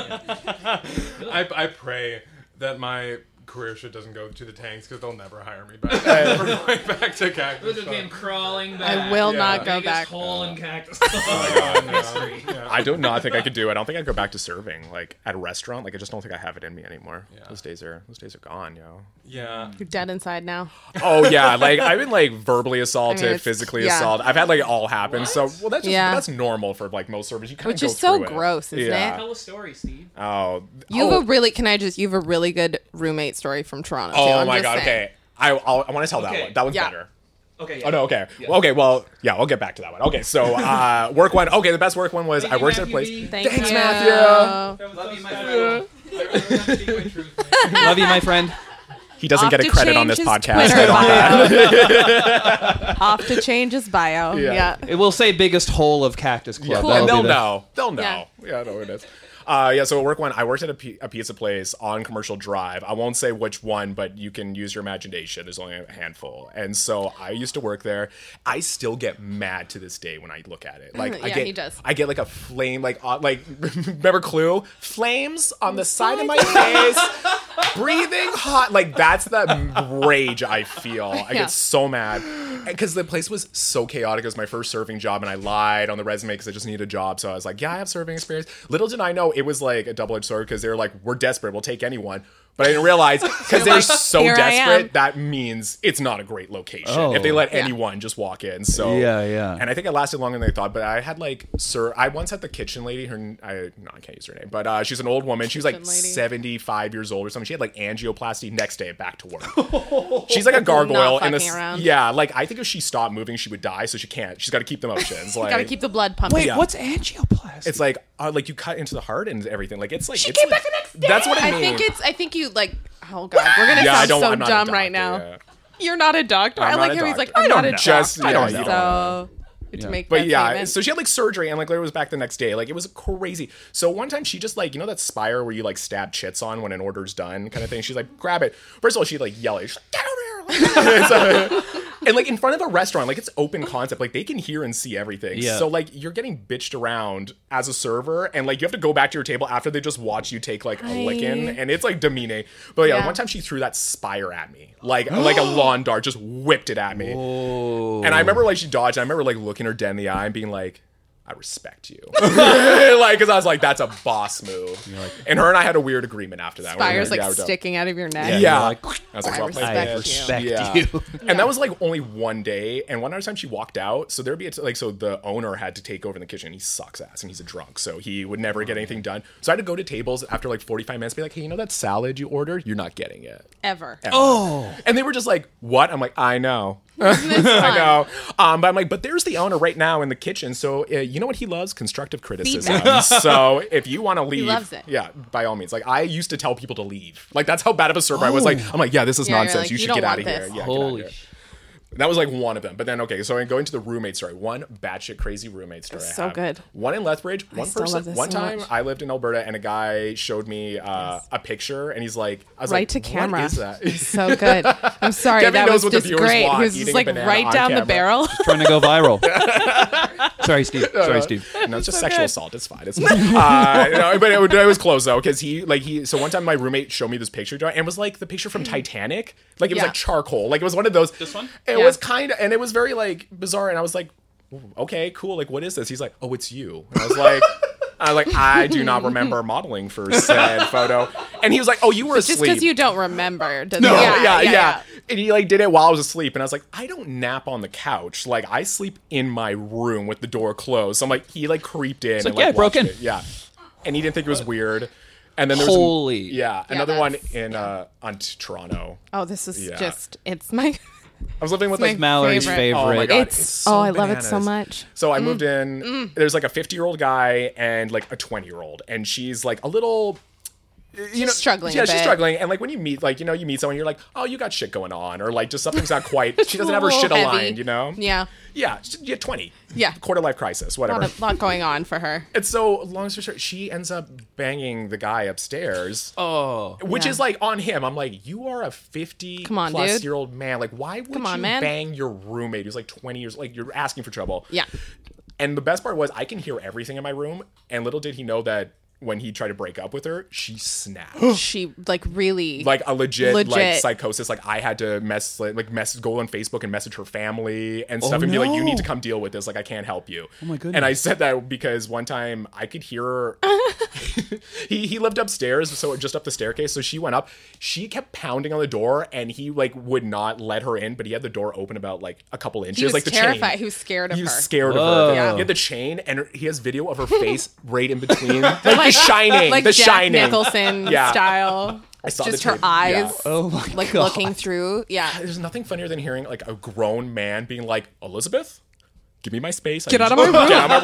Speaker 4: I, I pray that my career shit doesn't go to the tanks because they'll never hire me back. [laughs] Never going back to Cactus
Speaker 1: Look
Speaker 4: Club.
Speaker 1: at him crawling back.
Speaker 3: I will
Speaker 4: Yeah.
Speaker 1: The
Speaker 3: not go
Speaker 1: biggest
Speaker 3: back.
Speaker 1: hole in cactus.
Speaker 4: uh,
Speaker 2: Oh
Speaker 4: No, yeah.
Speaker 2: [laughs] [laughs] I don't know. I think I could do it. I don't think I'd go back to serving like at a restaurant. Like I just don't think I have it in me anymore.
Speaker 4: Yeah.
Speaker 2: Those days are those days are gone, yo.
Speaker 4: yeah.
Speaker 3: You're dead inside now.
Speaker 2: Oh yeah, like I've been like verbally assaulted,
Speaker 3: it's-
Speaker 2: physically
Speaker 3: yeah.
Speaker 2: assaulted. I've had like it all happen. So well, that's just
Speaker 3: Yeah.
Speaker 2: that's normal for like most servers. You kind
Speaker 3: Which is so gross, isn't it?
Speaker 1: [laughs] Tell a story, Steve.
Speaker 2: Oh,
Speaker 3: You
Speaker 2: oh,
Speaker 3: have a really can I just you have a really good roommate story from Toronto. too.
Speaker 2: oh
Speaker 3: I'm
Speaker 2: my
Speaker 3: just
Speaker 2: god.
Speaker 3: saying.
Speaker 2: Okay, I I'll, I want to tell that
Speaker 1: Okay.
Speaker 2: one. That one's
Speaker 3: Yeah.
Speaker 2: better.
Speaker 1: Okay. Yeah.
Speaker 2: Oh no. Okay.
Speaker 1: Yeah.
Speaker 2: Well, okay. Well, yeah. I'll get back to that one. Okay. So uh, work one. Okay. The best work one was
Speaker 1: Thank
Speaker 2: I
Speaker 1: you,
Speaker 2: worked at a
Speaker 1: Matthew B.
Speaker 2: place.
Speaker 3: Thank
Speaker 2: Thanks,
Speaker 3: you.
Speaker 2: Matthew.
Speaker 1: Love you, my friend. [laughs] Love you, my friend.
Speaker 2: He doesn't
Speaker 3: Off
Speaker 2: get a
Speaker 3: to
Speaker 2: credit on
Speaker 3: change
Speaker 2: this
Speaker 3: his
Speaker 2: podcast.
Speaker 3: Twitter
Speaker 2: I don't
Speaker 3: [laughs] bio. Off to change his bio.
Speaker 2: Yeah.
Speaker 3: Yeah.
Speaker 1: It will say biggest hole of Cactus Club.
Speaker 2: Yeah,
Speaker 3: Cool.
Speaker 2: and
Speaker 1: That'll
Speaker 2: they'll
Speaker 1: be the-
Speaker 2: know. They'll know. Yeah, I know who it is. Uh, yeah, so at work one, I worked at a, p- a pizza place on Commercial Drive. I won't say which one, but you can use your imagination. There's only a handful. And so I used to work there. I still get mad to this day when I look at [laughs] it. Like I
Speaker 3: Yeah,
Speaker 2: get,
Speaker 3: he does.
Speaker 2: I get like a flame, like uh, like [laughs] remember Clue? Flames on the side of my [laughs] face, breathing hot. Like that's
Speaker 3: [laughs]
Speaker 2: the rage I feel. I
Speaker 3: Yeah.
Speaker 2: get so mad because the place was so chaotic. It was my first serving job, and I lied on the resume because I just needed a job. So I was like, "Yeah, I have serving experience." Little did I know it was like a double edged sword because they were like, "We're desperate. We'll take anyone." But I didn't
Speaker 3: [laughs]
Speaker 2: realize because they're
Speaker 3: like,
Speaker 2: so
Speaker 3: "Here I am."
Speaker 2: desperate that means it's not a great location if they
Speaker 1: Oh.
Speaker 2: let
Speaker 3: Yeah.
Speaker 2: anyone just walk in. So
Speaker 1: Yeah, yeah.
Speaker 2: And I think I lasted longer than they thought. But I had like sir, I once had the kitchen lady. Her I no, I can't use her name, but uh, she's an old woman. She's like
Speaker 3: Kitchen lady.
Speaker 2: seventy five years old or something. She had like angioplasty. Next day, back to
Speaker 3: [laughs]
Speaker 2: work. she's like a gargoyle.
Speaker 3: Not
Speaker 2: and
Speaker 3: fucking around.
Speaker 2: yeah, like I think if she stopped moving, she would die. So she can't. She's got to keep the
Speaker 3: [laughs]
Speaker 2: motions. like
Speaker 3: Gotta keep the blood pumping.
Speaker 1: Wait,
Speaker 2: Yeah.
Speaker 1: what's angioplasty?
Speaker 2: it's like uh, like you cut into the heart and everything. Like it's like she
Speaker 3: came back the next day.
Speaker 2: That's what I
Speaker 3: I
Speaker 2: mean.
Speaker 3: think it's I think you like oh god, we're gonna
Speaker 2: yeah, I
Speaker 3: sound
Speaker 2: don't.
Speaker 3: so
Speaker 2: I'm not a
Speaker 3: dumb
Speaker 2: doctor,
Speaker 3: right now.
Speaker 2: yeah.
Speaker 3: You're not a doctor.
Speaker 2: I'm
Speaker 3: I like
Speaker 2: not a
Speaker 3: how he's like,
Speaker 2: doctor.
Speaker 3: I'm
Speaker 2: I don't
Speaker 3: not a
Speaker 2: know.
Speaker 3: doctor.
Speaker 2: Just- yeah, you don't
Speaker 3: so to make
Speaker 2: But
Speaker 3: that
Speaker 2: yeah,
Speaker 3: statement.
Speaker 2: so she had like surgery and like later was back the next day. Like it was crazy. So one time she just like you know that spire where you like stab chits on when an order's done kind of thing. She's like grab it. First of all, she like yell it. She's like, get over here. [laughs] Like, so- and like in front of a restaurant, like it's open concept. Like they can hear and see everything.
Speaker 1: Yeah.
Speaker 2: So like you're getting bitched around as a server, and like you have to go back to your table after they just watch you take like a licking, and it's like demeaning. But yeah,
Speaker 3: Yeah.
Speaker 2: one time she threw that spire at me, like
Speaker 3: [gasps]
Speaker 2: like a lawn dart, just whipped it at me. And I remember like she dodged. And I remember like looking her dead in the eye and being like, "I respect you," [laughs] like because I was like, "That's a boss move." And, her and I had a weird agreement after that. We were
Speaker 3: fire's like
Speaker 2: yeah, we're done.
Speaker 3: sticking out of your neck.
Speaker 2: Yeah,
Speaker 1: you're
Speaker 2: I
Speaker 1: like,
Speaker 2: was like,
Speaker 3: I
Speaker 2: well played, bitch."
Speaker 3: respect you.
Speaker 1: respect
Speaker 2: yeah. [laughs]
Speaker 1: you.
Speaker 2: And that was like only one day. And one other time she walked out. So there'd be a t- like, so the owner had to take over in the kitchen. He sucks ass and he's a drunk. So he would never get anything done. So I had to go to tables after like 45 minutes, be like, hey, you know that salad you ordered? You're not getting it. [laughs]
Speaker 3: Ever.
Speaker 1: Oh,
Speaker 2: And they were just like, what? I'm like, I know.
Speaker 3: Isn't this
Speaker 2: I
Speaker 3: fun?
Speaker 2: know. Um, but I'm like, but there's the owner right now in the kitchen. So uh, you know what he loves? Constructive criticism. [laughs] so if you want to leave,
Speaker 3: loves it.
Speaker 2: yeah, by all means. Like I used to tell people to leave. Like that's how bad of a server I was. Like I'm like, yeah, this is
Speaker 3: Yeah, you're
Speaker 2: nonsense.
Speaker 3: like,
Speaker 2: you
Speaker 3: you
Speaker 2: should
Speaker 3: don't
Speaker 2: get out
Speaker 3: want
Speaker 2: of here.
Speaker 3: this.
Speaker 2: Yeah, get out of
Speaker 1: holy
Speaker 2: here.
Speaker 1: sh-
Speaker 2: That was like one of them. But then okay, so I'm going to the roommate story. One batshit crazy roommate story. I
Speaker 3: So
Speaker 2: have.
Speaker 3: good.
Speaker 2: One in Lethbridge. One
Speaker 3: still love
Speaker 2: person.
Speaker 3: this
Speaker 2: One
Speaker 3: so
Speaker 2: time
Speaker 3: much.
Speaker 2: I lived in Alberta, and a guy showed me uh, a picture, and he's like, I was
Speaker 3: Right
Speaker 2: like,
Speaker 3: to
Speaker 2: "What
Speaker 3: camera.
Speaker 2: is that? [laughs]
Speaker 3: [laughs] So good. I'm sorry.
Speaker 2: Kevin
Speaker 3: that
Speaker 2: knows
Speaker 3: was
Speaker 2: what the
Speaker 3: just
Speaker 2: viewers
Speaker 3: great.
Speaker 2: want,
Speaker 3: he was
Speaker 2: eating
Speaker 3: just
Speaker 2: a
Speaker 3: like
Speaker 2: banana
Speaker 3: right
Speaker 2: on
Speaker 3: down
Speaker 2: camera.
Speaker 3: the barrel.
Speaker 1: trying to go viral.
Speaker 3: [laughs]
Speaker 1: Sorry, Steve. Sorry,
Speaker 3: Uh,
Speaker 1: Steve.
Speaker 2: no, it's just sexual assault. It's fine. It's fine. uh, no, but it, it was close though, because he like he. So one time my roommate showed me this picture and it was like the picture from Titanic. Like it was
Speaker 3: Mm. Yeah.
Speaker 2: like charcoal. Like it was one of those.
Speaker 1: This one?
Speaker 2: It
Speaker 3: Yeah.
Speaker 2: was kind of, and it was very like bizarre. And I was like, okay, cool. Like what is this? He's like, oh, it's you. And I was
Speaker 3: [laughs]
Speaker 2: like. I was like, I do not remember modeling for said photo. And he was like, Oh, you were
Speaker 3: Just
Speaker 2: asleep.
Speaker 3: because you don't remember. Doesn't
Speaker 2: No, yeah yeah, And he like did it while I was asleep, and I was like, I don't nap on the couch. Like I sleep in my room with the door closed. So I'm like, he like creeped in. and,
Speaker 1: like, yeah, I
Speaker 2: watched
Speaker 1: broke in.
Speaker 2: it. Yeah, and he didn't think it was weird. And then there was
Speaker 1: Holy.
Speaker 2: yeah, another one
Speaker 3: that's-
Speaker 2: in uh on t- Toronto.
Speaker 3: Oh, this is
Speaker 2: Yeah.
Speaker 3: just, it's my,
Speaker 2: I was living with
Speaker 3: It's
Speaker 2: like
Speaker 3: my
Speaker 1: Mallory's favorite.
Speaker 3: Favorite.
Speaker 2: Oh my God,
Speaker 3: it's,
Speaker 2: it's so
Speaker 3: oh, I love it so
Speaker 2: bananas.
Speaker 3: much. Mm.
Speaker 2: So I moved in. There's like a 50 year old guy and like a 20 year old, and she's like a little you know,
Speaker 3: struggling
Speaker 2: Yeah,
Speaker 3: a
Speaker 2: she's
Speaker 3: bit.
Speaker 2: struggling. And like when you meet, like you know, you meet someone, you're like, oh, you got shit going on, or like
Speaker 3: [laughs]
Speaker 2: just something's not quite. [laughs] She doesn't have her
Speaker 3: A little
Speaker 2: shit
Speaker 3: heavy.
Speaker 2: aligned, you know.
Speaker 3: Yeah.
Speaker 2: Yeah, she- yeah, twenty.
Speaker 3: Yeah.
Speaker 2: quarter life crisis,
Speaker 3: A
Speaker 2: whatever.
Speaker 3: lot, of, lot going on
Speaker 2: [laughs]
Speaker 3: for her.
Speaker 2: and so, long story short, she ends up banging the guy upstairs,
Speaker 1: Oh,
Speaker 2: which
Speaker 3: Yeah.
Speaker 2: is like on him. I'm like, you are a fifty
Speaker 3: Come on,
Speaker 2: plus
Speaker 3: dude.
Speaker 2: year old man. Like, why would
Speaker 3: Come on,
Speaker 2: you
Speaker 3: man.
Speaker 2: bang your roommate who's like twenty years? Like, you're asking for trouble.
Speaker 3: Yeah.
Speaker 2: And the best part was I can hear everything in my room, and little did he know that when he tried to break up with her, she
Speaker 3: [gasps]
Speaker 2: snapped. [laughs]
Speaker 3: She like really
Speaker 2: like a legit, like
Speaker 3: Legit.
Speaker 2: psychosis. Like I had to mess like, like mess go on Facebook and message her family and stuff
Speaker 1: Oh,
Speaker 2: and be like, you
Speaker 1: no.
Speaker 2: need to come deal with this. Like I can't help you. Oh
Speaker 1: my goodness.
Speaker 2: And I said that because one time I could hear
Speaker 3: [laughs]
Speaker 2: her. he he lived upstairs, so just up the staircase. So she went up. She kept pounding on the door, and he like would not let her in. But he had the door open about like a couple inches.
Speaker 3: he was
Speaker 2: like the
Speaker 3: terrified.
Speaker 2: chain.
Speaker 3: He was scared of
Speaker 2: He
Speaker 3: her.
Speaker 2: was scared
Speaker 1: Whoa.
Speaker 2: of her.
Speaker 1: Yeah.
Speaker 2: He had the chain, and her- he has video of her
Speaker 3: [laughs]
Speaker 2: face right in between, like, The Shining,
Speaker 3: like
Speaker 2: The
Speaker 3: Jack
Speaker 2: Shining. [laughs]
Speaker 3: Nicholson
Speaker 2: Yeah.
Speaker 3: style.
Speaker 2: I saw
Speaker 3: just
Speaker 2: the
Speaker 3: her
Speaker 2: tape.
Speaker 3: eyes,
Speaker 2: Yeah.
Speaker 1: oh my
Speaker 3: like
Speaker 1: god!
Speaker 3: looking through.
Speaker 2: [laughs]
Speaker 3: Yeah,
Speaker 2: There's nothing funnier than hearing like a grown man being like, Elizabeth, give me my space. I
Speaker 3: Get
Speaker 2: need
Speaker 3: out of
Speaker 2: you-
Speaker 3: my
Speaker 2: [laughs]
Speaker 3: room."
Speaker 2: Get out of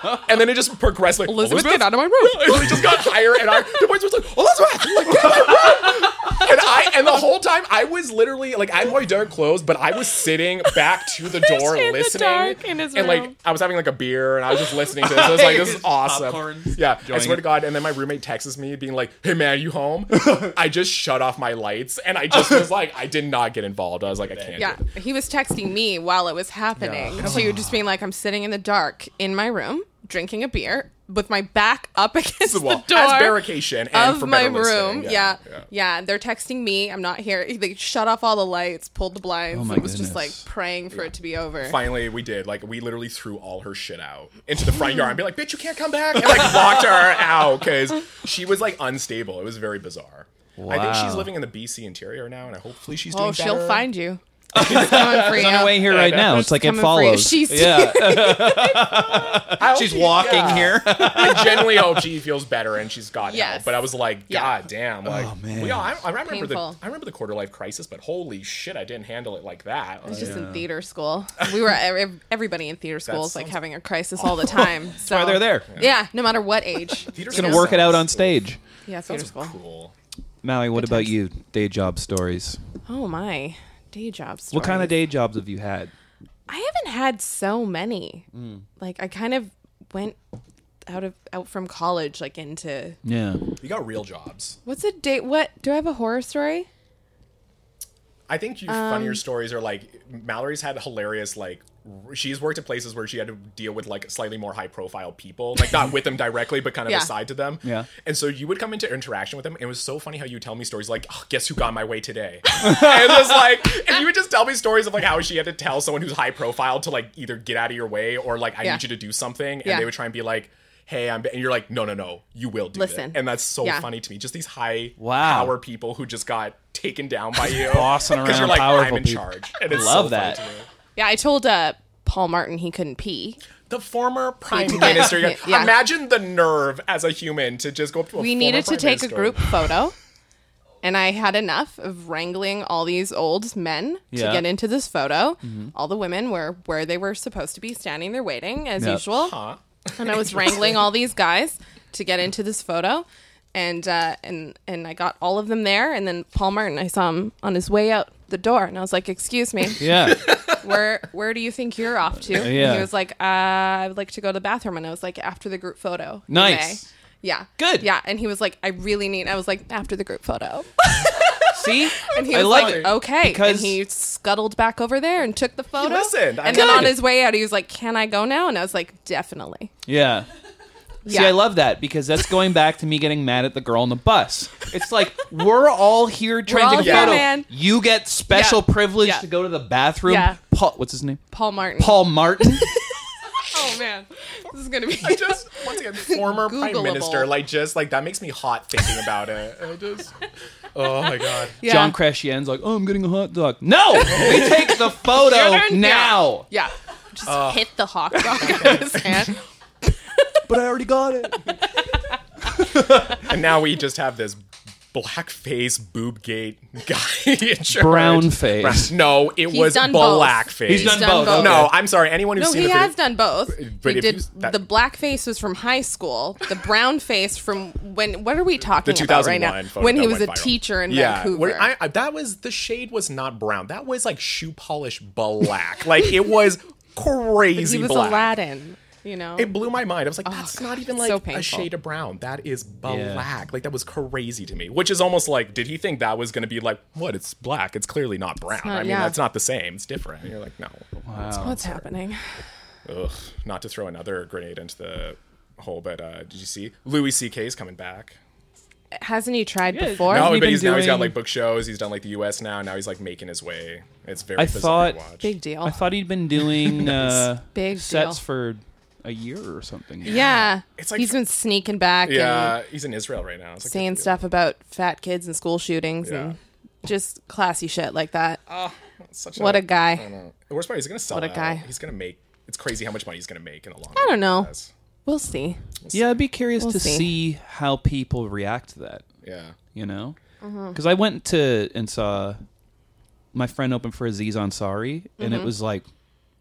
Speaker 2: my room. And then it just progressed like,
Speaker 3: Elizabeth,
Speaker 2: Elizabeth,
Speaker 3: get out of my room.
Speaker 2: [laughs] It just got higher and higher. The voice was like, Elizabeth, like, get out of my room. And I and the whole time I was literally like I had my dark clothes, but I was sitting back to
Speaker 3: [laughs]
Speaker 2: the door
Speaker 3: in the
Speaker 2: listening.
Speaker 3: dark in his
Speaker 2: and
Speaker 3: room.
Speaker 2: like I was having like a beer and I was just listening
Speaker 3: [laughs]
Speaker 2: to this. I was like, this is
Speaker 4: Just
Speaker 2: awesome.
Speaker 4: popcorns.
Speaker 2: Yeah. I
Speaker 1: Enjoying
Speaker 2: swear
Speaker 1: it.
Speaker 2: to God. And then my roommate texts me being like, Hey man, you home? I just shut off my lights and I just was like, I did not get involved. I was like, I can't
Speaker 3: [laughs] yeah.
Speaker 2: do it.
Speaker 3: He was texting me while it was happening. So you're just being like, I'm sitting in the dark in my room drinking a beer with my back up [laughs] against the,
Speaker 2: Well,
Speaker 3: door.
Speaker 2: as barrication and for
Speaker 3: of my
Speaker 2: better listening.
Speaker 3: room. Yeah. Yeah. They're texting me. I'm not here. [laughs] They shut off all the lights, pulled the blinds.
Speaker 1: Oh my
Speaker 3: it was just like
Speaker 1: goodness.
Speaker 3: praying for it to be over.
Speaker 2: Finally, we did. Like, we literally threw all her shit out into the front yard and be like, bitch, you can't come back. And like, locked her out because she was like unstable. It was very bizarre. I think she's
Speaker 1: Wow.
Speaker 2: living in the BC interior now, and hopefully she's doing
Speaker 3: Oh, she'll
Speaker 2: better.
Speaker 3: find you. She's coming for you.
Speaker 1: on her way here right now.
Speaker 3: [laughs]
Speaker 1: It's like it
Speaker 3: coming for you.
Speaker 1: follows.
Speaker 3: She's-
Speaker 1: yeah,
Speaker 2: I hope
Speaker 1: she's
Speaker 2: she-
Speaker 1: walking
Speaker 2: yeah.
Speaker 1: here. [laughs]
Speaker 2: I genuinely hope she feels better and she's got
Speaker 3: Yes.
Speaker 2: help. But I was like,
Speaker 3: Yeah.
Speaker 2: God damn! Like,
Speaker 1: Oh, man.
Speaker 2: well, yeah, I, I remember
Speaker 3: Painful.
Speaker 2: the I remember the quarter life crisis, but holy shit, I didn't handle it like that.
Speaker 3: I was
Speaker 2: Like,
Speaker 3: just in theater school. We were ev- everybody in theater school is like
Speaker 2: sounds-
Speaker 3: having a crisis all the time. So
Speaker 1: why they're there.
Speaker 3: Yeah. no matter what age.
Speaker 2: theater's
Speaker 1: Gonna work it out on stage.
Speaker 3: Yeah, theater school.
Speaker 2: Cool.
Speaker 1: Maui, what about you? Day job stories.
Speaker 3: Oh my, day job. Stories.
Speaker 1: What kind of day jobs have you had?
Speaker 3: I haven't had so many.
Speaker 1: Mm.
Speaker 3: Like I kind of went out of out from college, like into
Speaker 1: Yeah.
Speaker 2: You got real jobs.
Speaker 3: what's a date? What do I have a horror story?
Speaker 2: I think your
Speaker 3: Um,
Speaker 2: funnier stories are like Mallory's had hilarious like r- she's worked at places where she had to deal with like slightly more high profile people like not with them directly but kind of
Speaker 3: Yeah.
Speaker 2: aside to them
Speaker 1: Yeah.
Speaker 2: and so you would come into interaction with them and it was so funny how you tell me stories like oh, guess who got my way today
Speaker 1: [laughs]
Speaker 2: and it was like and you would just tell me stories of like how she had to tell someone who's high profile to like either get out of your way or like I
Speaker 3: Yeah.
Speaker 2: need you to do something and
Speaker 3: Yeah.
Speaker 2: they would try and be like hey I'm and you're like no no no you will do
Speaker 3: Listen.
Speaker 2: it and that's so
Speaker 3: Yeah.
Speaker 2: funny to me just these high
Speaker 1: Wow.
Speaker 2: power people who just got taken down by you
Speaker 3: [laughs]
Speaker 1: Bossing
Speaker 2: because
Speaker 1: around
Speaker 2: you're like I'm
Speaker 1: powerful
Speaker 2: in
Speaker 1: people.
Speaker 2: charge. And it's
Speaker 1: Love
Speaker 2: so
Speaker 1: that.
Speaker 2: funny to me.
Speaker 3: Yeah, I told uh, Paul Martin he couldn't pee.
Speaker 2: The former prime
Speaker 3: [laughs] Yeah.
Speaker 2: minister.
Speaker 3: Yeah.
Speaker 2: Imagine the nerve as a human to just go up to a.
Speaker 3: we
Speaker 2: former
Speaker 3: needed to
Speaker 2: prime
Speaker 3: take a
Speaker 2: minister.
Speaker 1: [laughs]
Speaker 3: group photo and i had enough of wrangling all these old men
Speaker 1: Yeah. Mm-hmm.
Speaker 3: to get into this photo all the women were where they were supposed to be standing there waiting as
Speaker 1: Yeah.
Speaker 3: usual
Speaker 2: Huh?
Speaker 3: and i was wrangling all these guys to get into this photo and uh, and and i got all of them there and then paul martin i saw him on his way out the door and i was like excuse me
Speaker 1: Yeah.
Speaker 3: [laughs] where where do you think you're off to? And
Speaker 1: Yeah.
Speaker 3: he was like, uh, I would like to go to the bathroom, and I was like, after the group photo.
Speaker 1: Nice.
Speaker 3: May." Yeah.
Speaker 1: Good.
Speaker 3: Yeah, and he was like, I really need. I was like, after the group
Speaker 1: [laughs]
Speaker 3: photo,
Speaker 1: See,
Speaker 3: and he
Speaker 1: I
Speaker 3: was
Speaker 1: like
Speaker 3: like,
Speaker 1: it
Speaker 3: okay,
Speaker 1: because
Speaker 3: and he scuttled back over there and took the photo.
Speaker 2: listened. I
Speaker 3: and then
Speaker 2: like
Speaker 3: on
Speaker 1: it.
Speaker 3: his way out, he was like, Can I go now? And I was like, Definitely.
Speaker 1: yeah.
Speaker 3: Yeah.
Speaker 1: See, I love that because that's going back to me getting mad at the girl on the bus. It's like we're all here trying
Speaker 3: all
Speaker 1: to
Speaker 3: here,
Speaker 1: get photo.
Speaker 3: man.
Speaker 1: You get special
Speaker 3: Yeah.
Speaker 1: privilege
Speaker 3: Yeah.
Speaker 1: to go to the bathroom.
Speaker 3: Yeah.
Speaker 1: Paul, what's his name?
Speaker 3: Paul Martin.
Speaker 1: Paul
Speaker 3: [laughs]
Speaker 1: Martin.
Speaker 3: Oh man, this is
Speaker 1: [laughs]
Speaker 3: gonna be.
Speaker 2: I [laughs] just once again former prime
Speaker 3: Googleable.
Speaker 2: minister. Like just like that makes me hot thinking about it. I just. Oh my god.
Speaker 3: [laughs] Yeah.
Speaker 1: John Krashian's like, oh, I'm getting a hot dog. No, we
Speaker 3: [laughs]
Speaker 1: take the photo
Speaker 3: Jordan?
Speaker 1: now.
Speaker 3: Yeah. yeah. Just hit the hawk dog
Speaker 1: [laughs]
Speaker 3: out of his hand.
Speaker 1: But I already got it.
Speaker 2: And now we just have this blackface boobgate guy [laughs] in charge.
Speaker 1: [laughs] Brown face.
Speaker 2: Brown- No, it
Speaker 3: He's
Speaker 2: was
Speaker 3: done both.
Speaker 2: blackface.
Speaker 1: He's done both. Okay.
Speaker 2: No, I'm sorry. Anyone who's
Speaker 3: No,
Speaker 2: seen
Speaker 3: he
Speaker 2: the
Speaker 3: has
Speaker 2: video-
Speaker 3: done both.
Speaker 2: But
Speaker 3: he
Speaker 2: if
Speaker 3: did
Speaker 2: you- that-
Speaker 3: the black face was from high school. The brown face from when? What are we talking
Speaker 2: the
Speaker 3: about right
Speaker 2: 2001
Speaker 3: now?
Speaker 2: photo
Speaker 3: When he
Speaker 2: that
Speaker 3: was a
Speaker 2: went viral.
Speaker 3: teacher in
Speaker 2: yeah,
Speaker 3: Vancouver.
Speaker 2: where I, I, that was the shade was not brown. That was like shoe polish black. like it
Speaker 3: [laughs]
Speaker 2: was crazy
Speaker 3: he was
Speaker 2: black.
Speaker 3: Aladdin. You know,
Speaker 2: It blew my mind. I was like, that's
Speaker 3: God,
Speaker 2: not even
Speaker 3: it's
Speaker 2: like
Speaker 3: so
Speaker 2: a
Speaker 3: painful.
Speaker 2: shade of brown. That is black. Like that was crazy to me. Which is almost like, did he think that was going to be like, what? It's black. It's clearly not brown.
Speaker 3: not-
Speaker 2: I mean,
Speaker 3: yeah.
Speaker 2: that's not the same. It's different. And you're like, no.
Speaker 3: what's happening?
Speaker 2: Ugh. Not to throw another grenade into the hole, but uh, did you see Louis C.K. is coming back?
Speaker 3: Hasn't he tried
Speaker 1: Yeah,
Speaker 3: before?
Speaker 1: Hasn't
Speaker 2: No,
Speaker 1: he
Speaker 2: but
Speaker 1: been
Speaker 2: he's now he's got
Speaker 1: doing-
Speaker 2: like book shows. He's done like the U.S. now. Now he's like making his way. It's very
Speaker 1: I
Speaker 2: bizarre
Speaker 1: thought-
Speaker 2: to watch.
Speaker 3: Big deal.
Speaker 1: I thought he'd been doing uh,
Speaker 3: Big
Speaker 1: sets
Speaker 3: deal.
Speaker 1: for a year or something.
Speaker 3: yeah,
Speaker 2: It's like-
Speaker 3: he's been sneaking back and
Speaker 2: yeah, he's in Israel right now. It's like,
Speaker 3: saying
Speaker 2: yeah.
Speaker 3: stuff about fat kids and school shootings and
Speaker 2: Yeah.
Speaker 3: just classy shit like that.
Speaker 2: It's such
Speaker 3: what a guy.
Speaker 2: I don't know. The worst part is he's gonna sell.
Speaker 3: What a
Speaker 2: out.
Speaker 3: guy.
Speaker 2: He's gonna make. It's crazy how much money he's gonna make in the long.
Speaker 3: I
Speaker 2: run.
Speaker 3: don't know.
Speaker 2: That's-
Speaker 3: We'll see.
Speaker 1: Yeah, I'd be curious
Speaker 3: We'll
Speaker 1: to
Speaker 3: see.
Speaker 1: see. how people react to that.
Speaker 2: Yeah.
Speaker 1: You know, because
Speaker 3: Mm-hmm.
Speaker 1: I went to and saw my friend open for Aziz Ansari, and it was like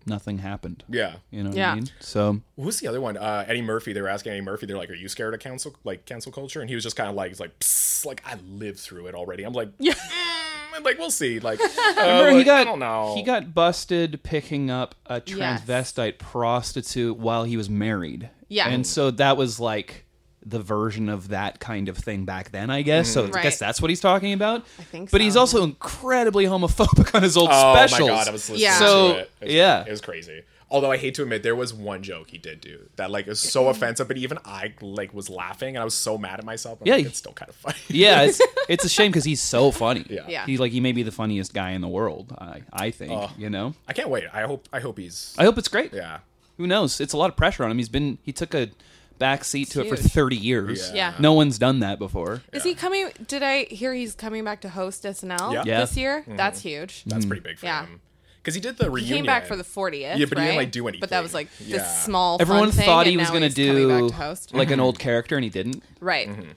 Speaker 1: nothing happened.
Speaker 2: Yeah.
Speaker 1: You know
Speaker 3: Mm-hmm.
Speaker 1: what
Speaker 3: Yeah.
Speaker 1: I mean? So
Speaker 2: Who's the other one? Uh, Eddie Murphy. They were asking Eddie Murphy. They're like, "Are you scared of cancel like cancel culture?" And he was just kind of like, "He's like, Psst, like I lived through it already." I'm like, yeah. and like we'll see.
Speaker 3: [laughs]
Speaker 2: Like, uh,
Speaker 1: Remember, he
Speaker 2: like,
Speaker 1: got
Speaker 2: I don't know.
Speaker 1: he got busted picking up a
Speaker 3: Yes.
Speaker 1: transvestite prostitute while he was married.
Speaker 3: Yeah.
Speaker 1: and so that was like the version of that kind of thing back then, I guess. So I
Speaker 3: Mm-hmm. Right.
Speaker 1: guess that's what he's talking about. I
Speaker 3: think
Speaker 1: But he's
Speaker 3: so.
Speaker 1: also incredibly homophobic on his old
Speaker 2: Oh
Speaker 1: specials.
Speaker 2: my god, I was listening
Speaker 3: Yeah.
Speaker 2: to
Speaker 1: So,
Speaker 2: it. It was-
Speaker 1: yeah.
Speaker 2: it was crazy. Although I hate to admit, there was one joke he did do that like is so offensive, but even I like was laughing and I was so mad at myself. I'm
Speaker 1: Yeah,
Speaker 2: like,
Speaker 1: he-
Speaker 2: it's still kind of funny.
Speaker 1: [laughs]
Speaker 3: [laughs]
Speaker 1: yeah, it's, it's a shame because he's so funny.
Speaker 2: Yeah.
Speaker 3: Yeah.
Speaker 1: he's like he may be the funniest guy in the world. I I think you know.
Speaker 2: I can't wait. I hope. I hope he's.
Speaker 1: I hope it's great.
Speaker 2: Oh. Yeah.
Speaker 1: Who knows? It's a lot of pressure on him. He's been he took a back seat to it for
Speaker 3: huge.
Speaker 1: thirty years.
Speaker 2: Yeah.
Speaker 3: Yeah.
Speaker 1: no one's done that before.
Speaker 3: Is he coming? Did I hear he's coming back to host SNL
Speaker 2: Yeah. Mm-hmm.
Speaker 1: Yeah.
Speaker 3: this year? That's huge.
Speaker 1: Mm.
Speaker 2: That's pretty big for
Speaker 3: Yeah.
Speaker 2: him. Because he did the
Speaker 3: He
Speaker 2: reunion.
Speaker 3: came back for the 40th.
Speaker 2: Yeah, but he
Speaker 3: right?
Speaker 2: didn't, like, do
Speaker 3: But that was like
Speaker 2: anything.
Speaker 3: this
Speaker 2: Yeah.
Speaker 3: small. fun
Speaker 1: Everyone
Speaker 3: thing,
Speaker 1: thought
Speaker 3: and
Speaker 1: he was
Speaker 3: now
Speaker 1: going to
Speaker 3: he's coming
Speaker 1: do
Speaker 3: back to host.
Speaker 1: like an old character, and he didn't.
Speaker 3: right.
Speaker 2: Mm-hmm.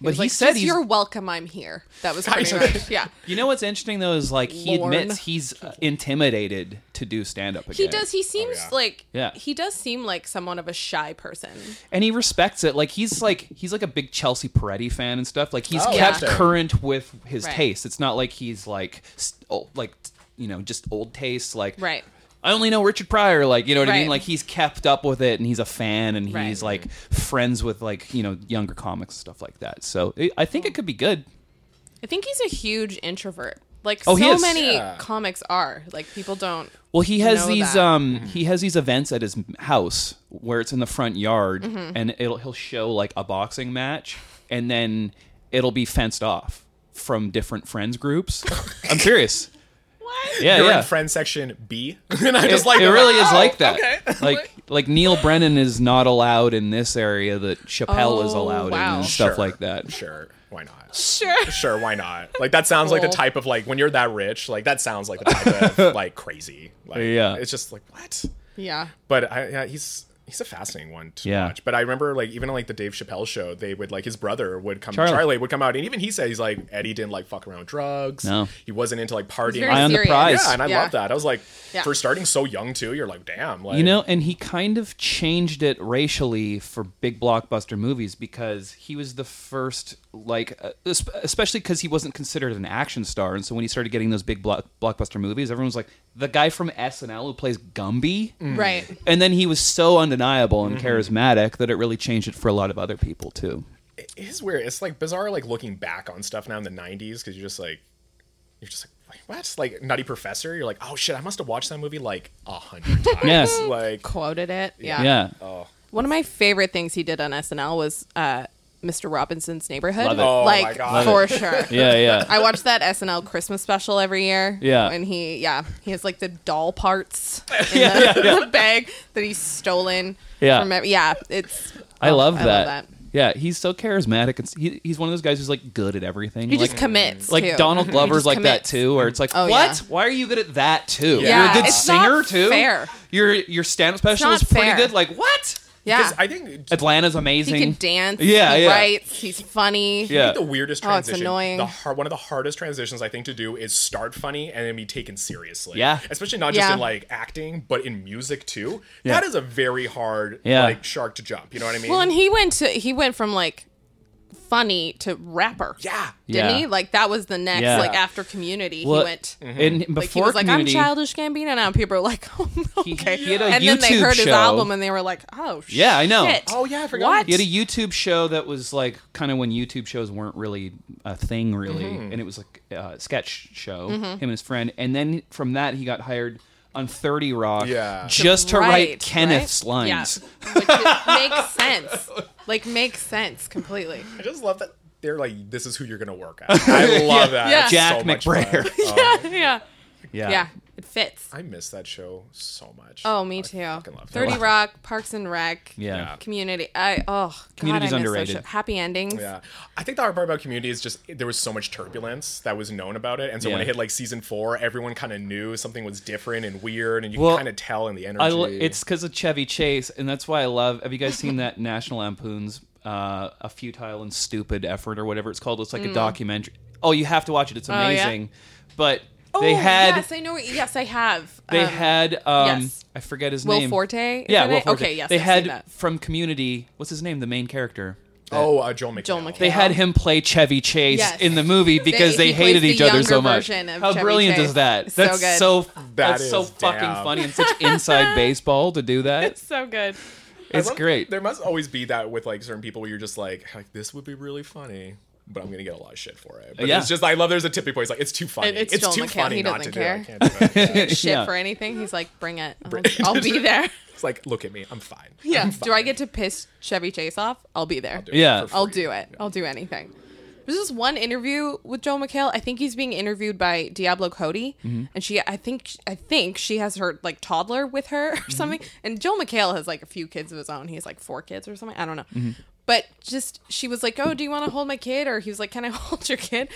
Speaker 1: But he,
Speaker 3: like,
Speaker 1: said
Speaker 3: "Just
Speaker 1: he's.
Speaker 3: you're welcome. I'm here.
Speaker 2: [laughs]
Speaker 3: That was pretty
Speaker 2: Kinda.
Speaker 3: much yeah.
Speaker 1: You know what's interesting though is like he
Speaker 3: Lorne.
Speaker 1: admits
Speaker 3: [laughs]
Speaker 1: he's uh, intimidated to do stand up again.
Speaker 3: He does. He seems
Speaker 2: yeah.
Speaker 3: like
Speaker 1: Yeah.
Speaker 3: He does seem like somewhat of a shy person.
Speaker 1: and he respects it. Like he's like he's like a big Chelsea Peretti fan and stuff. Like he's
Speaker 2: Oh,
Speaker 1: kept
Speaker 2: yeah.
Speaker 1: current with his
Speaker 3: Right.
Speaker 1: taste. It's not like he's like s- old, like you know just old tastes. Like
Speaker 3: Right.
Speaker 1: I only know Richard Pryor. Like you know what I
Speaker 3: Right.
Speaker 1: mean. Like he's kept up with it and he's a fan and he's
Speaker 3: Right.
Speaker 1: like friends with like you know younger comics stuff like that. So it, I think it could be good.
Speaker 3: I think he's a huge introvert. Like
Speaker 1: Oh, he
Speaker 3: so
Speaker 1: is.
Speaker 3: many
Speaker 2: Yeah.
Speaker 3: comics are. Like people don't.
Speaker 1: Well, he has
Speaker 3: know
Speaker 1: these
Speaker 3: that.
Speaker 1: um
Speaker 2: Mm-hmm.
Speaker 1: he has these events at his house where it's in the front yard
Speaker 3: Mm-hmm.
Speaker 1: and it'll he'll show like a boxing match and then it'll be fenced off from different friends
Speaker 3: [laughs]
Speaker 1: groups. I'm serious.
Speaker 3: What?
Speaker 1: Yeah,
Speaker 2: You're
Speaker 1: yeah.
Speaker 2: in friend section B, [laughs] and I just
Speaker 1: it,
Speaker 2: like
Speaker 1: it really is
Speaker 2: oh,
Speaker 1: like that.
Speaker 2: okay.
Speaker 1: [laughs] Like like Neil Brennan is not allowed in this area that Chappelle is
Speaker 3: Oh,
Speaker 1: allowed in
Speaker 3: wow.
Speaker 1: and stuff
Speaker 2: Sure.
Speaker 1: like that.
Speaker 2: Sure, why not?
Speaker 3: [laughs] Sure.
Speaker 2: Sure, why not? Like that sounds like
Speaker 3: Cool.
Speaker 2: the type of like when you're that rich, like that sounds like the type
Speaker 1: [laughs]
Speaker 2: of like crazy. Like,
Speaker 1: Yeah.
Speaker 2: it's just like what?
Speaker 3: Yeah.
Speaker 2: But I, yeah, he's he's a fascinating one to
Speaker 1: Yeah.
Speaker 2: watch. But I remember like even on, like the Dave Chappelle show, they would like his brother would come, Charlie,
Speaker 1: Charlie.
Speaker 2: would come out, and even he said he's like Eddie didn't like fuck around with drugs.
Speaker 1: No.
Speaker 2: he wasn't into like partying.
Speaker 3: Very
Speaker 1: Eye on the
Speaker 3: serious.
Speaker 1: prize.
Speaker 2: yeah, and I
Speaker 3: Yeah.
Speaker 2: love that. I was like,
Speaker 3: Yeah.
Speaker 2: for starting so young too, you're like, damn, like
Speaker 1: You know, and he kind of changed it racially for big blockbuster movies because he was the first, like, uh, es- especially because he wasn't considered an action star. And so when he started getting those big block- blockbuster movies, everyone was like, the guy from SNL who plays Gumby?
Speaker 3: Right.
Speaker 1: And then he was so undeniable and charismatic that it really changed it for a lot of other people, too.
Speaker 2: it is weird. It's like bizarre, like looking back on stuff now in the '90s because you're just like, you're just like, like, what? Like Nutty Professor. You're like, oh shit, I must have watched that movie like a
Speaker 1: [laughs]
Speaker 2: hundred times.
Speaker 1: Yes.
Speaker 2: like
Speaker 3: Quoted it. Yeah.
Speaker 1: Yeah.
Speaker 3: One of my favorite things he did on SNL was uh, Mr. Robinson's Neighborhood.
Speaker 1: Love it.
Speaker 2: Oh my
Speaker 3: like
Speaker 2: God.
Speaker 3: for sure.
Speaker 1: Yeah, yeah.
Speaker 3: I watch that SNL Christmas special every year.
Speaker 1: Yeah.
Speaker 3: And he, yeah, he has like the doll
Speaker 1: [laughs]
Speaker 3: parts in the, the bag that he's stolen.
Speaker 1: Yeah.
Speaker 3: From, ev- yeah. It's.
Speaker 1: I
Speaker 3: oh,
Speaker 1: love that.
Speaker 3: that.
Speaker 1: Yeah, he's so charismatic. And s- he, he's one of those guys who's, like, good at everything.
Speaker 3: He
Speaker 1: like,
Speaker 3: just commits.
Speaker 1: like
Speaker 3: too.
Speaker 1: Donald
Speaker 3: He
Speaker 1: Glover's
Speaker 3: just
Speaker 1: like that
Speaker 3: commits.
Speaker 1: too, where it's like,
Speaker 3: Oh,
Speaker 1: what?
Speaker 3: yeah.
Speaker 1: Why are you good at that too?
Speaker 2: Yeah.
Speaker 1: You're a good
Speaker 3: It's not
Speaker 1: singer too.
Speaker 3: fair.
Speaker 1: Your your stand up special
Speaker 3: not
Speaker 1: is pretty
Speaker 3: fair.
Speaker 1: good. Like what?
Speaker 3: Yeah.
Speaker 2: I think
Speaker 1: Atlanta's
Speaker 3: He
Speaker 1: amazing.
Speaker 3: can dance.
Speaker 1: Yeah,
Speaker 3: he
Speaker 1: yeah.
Speaker 3: writes. He's funny.
Speaker 1: Yeah.
Speaker 2: the weirdest
Speaker 3: Oh, it's
Speaker 2: transition.
Speaker 3: annoying.
Speaker 2: The har- one of the hardest transitions I think to do is start funny and then be taken seriously.
Speaker 1: Yeah.
Speaker 2: especially not just
Speaker 3: Yeah.
Speaker 2: in like acting, but in music too.
Speaker 1: Yeah.
Speaker 2: That is a very hard
Speaker 1: Yeah.
Speaker 2: like shark to jump. You know what I mean?
Speaker 3: Well, and he went to he went from like funny to rapper.
Speaker 2: yeah,
Speaker 3: Didn't
Speaker 1: Yeah.
Speaker 3: he? Like that was the next
Speaker 1: Yeah.
Speaker 3: like after Community
Speaker 1: Well,
Speaker 3: he went.
Speaker 1: Mm-hmm. And
Speaker 3: Like he
Speaker 1: before
Speaker 3: was like,
Speaker 1: community,
Speaker 3: I'm childish Gambino now. and People are like, [laughs] oh,
Speaker 1: He-
Speaker 3: okay.
Speaker 1: he had a
Speaker 3: and then they
Speaker 1: YouTube
Speaker 3: heard his
Speaker 1: show.
Speaker 3: album and they were like, oh,
Speaker 1: Yeah, I know.
Speaker 3: shit.
Speaker 2: Oh, yeah, I forgot
Speaker 3: What?
Speaker 1: He had a YouTube show that was like kind of when YouTube shows weren't really a thing, really, and it was like a sketch show.
Speaker 3: Mm-hmm.
Speaker 1: Him and his friend, and then from that he got hired on Thirty Rock,
Speaker 2: Yeah.
Speaker 1: just to
Speaker 3: Right,
Speaker 1: write Kenneth's
Speaker 3: right? Yeah.
Speaker 1: lines.
Speaker 3: Which is- makes sense. Like makes sense
Speaker 1: [laughs]
Speaker 3: completely.
Speaker 2: I just love that they're like, this is who you're gonna work at. I love that.
Speaker 3: Yeah.
Speaker 2: It's
Speaker 1: Jack
Speaker 2: so much fun.
Speaker 1: McBrayer.
Speaker 2: Oh,
Speaker 3: [laughs] yeah.
Speaker 1: Yeah,
Speaker 3: Yeah. It fits.
Speaker 2: I miss that show so much.
Speaker 3: Oh, me
Speaker 2: I
Speaker 3: too.
Speaker 2: fucking love
Speaker 3: Thirty
Speaker 2: that.
Speaker 3: Rock, Parks and Rec,
Speaker 1: Yeah.
Speaker 3: Community. I oh,
Speaker 1: Community's
Speaker 3: God, I miss those
Speaker 1: underrated.
Speaker 3: shows. Happy endings.
Speaker 2: Yeah, I think the hard part about Community is just there was so much turbulence that was known about it, and so when
Speaker 1: Yeah.
Speaker 2: it hit like season four, everyone kind of knew something was different and weird, and you
Speaker 1: Well,
Speaker 2: can kind of tell in the energy.
Speaker 1: I lo- it's because of Chevy Chase, and that's why I love. Have you guys seen that National Lampoon's uh, "A Futile and Stupid Effort" or whatever it's called? It's like a documentary. Oh, you have to watch it. It's
Speaker 3: Mm. yeah?
Speaker 1: amazing. But
Speaker 3: Oh,
Speaker 1: they had
Speaker 3: Yes, I know. Yes, I have.
Speaker 1: they
Speaker 3: Um,
Speaker 1: had um,
Speaker 3: yes.
Speaker 1: I forget his
Speaker 3: Will
Speaker 1: name.
Speaker 3: Forte. is
Speaker 1: yeah,
Speaker 3: in
Speaker 1: Will
Speaker 3: it?
Speaker 1: Forte.
Speaker 3: Okay, yes.
Speaker 1: they
Speaker 3: I've seen
Speaker 1: had
Speaker 3: that.
Speaker 1: from Community. What's his name? The main character.
Speaker 2: oh, uh, Joel McHale.
Speaker 3: Joel McHale.
Speaker 1: They had him play Chevy Chase
Speaker 3: Oh. Yes.
Speaker 1: in the movie
Speaker 3: [laughs]
Speaker 1: because
Speaker 3: They-
Speaker 1: they,
Speaker 3: he plays
Speaker 1: hated
Speaker 3: the
Speaker 1: each other
Speaker 3: younger
Speaker 1: so much.
Speaker 3: version of
Speaker 1: How
Speaker 3: Chevy
Speaker 1: brilliant
Speaker 3: Chase.
Speaker 1: is that?
Speaker 3: So
Speaker 1: That's
Speaker 3: good.
Speaker 1: so that's
Speaker 2: is
Speaker 1: so fucking
Speaker 2: damn.
Speaker 1: funny and
Speaker 3: [laughs]
Speaker 1: such inside baseball to do that.
Speaker 3: so [laughs] good.
Speaker 2: I
Speaker 1: It's
Speaker 2: love-
Speaker 1: great.
Speaker 2: There must always be that with like certain people where you're just like, like this would be really funny. But I'm gonna get a lot of shit for it. But
Speaker 1: Yeah.
Speaker 2: it's just I love. There's a tipping point. It's like it's too funny.
Speaker 3: And
Speaker 2: It's,
Speaker 3: it's Joel
Speaker 2: too
Speaker 3: McHale.
Speaker 2: funny
Speaker 3: He
Speaker 2: not to
Speaker 3: doesn't
Speaker 2: do it. I can't do
Speaker 1: [laughs]
Speaker 2: it. Yeah.
Speaker 3: Shit
Speaker 1: Yeah.
Speaker 3: for anything. He's like, bring it. I'll, I'll be there.
Speaker 2: It's like look at me. I'm fine.
Speaker 3: [laughs] Yeah.
Speaker 2: I'm
Speaker 3: [laughs] Do
Speaker 2: fine.
Speaker 3: I get to piss Chevy Chase off? I'll be there. I'll
Speaker 2: do
Speaker 3: do
Speaker 2: it
Speaker 1: Yeah.
Speaker 2: for
Speaker 3: I'll
Speaker 2: free.
Speaker 3: do it. I'll do anything. There's this one interview with Joel McHale. I think he's being interviewed by Diablo Cody, and she, I think, I think she has her like toddler with her or something. And Joel McHale has like a few kids of his own. He has like four kids or something. I don't know. But just she was like, "Oh, do you want to hold my kid?" Or he was like, "Can I [laughs] hold your kid?"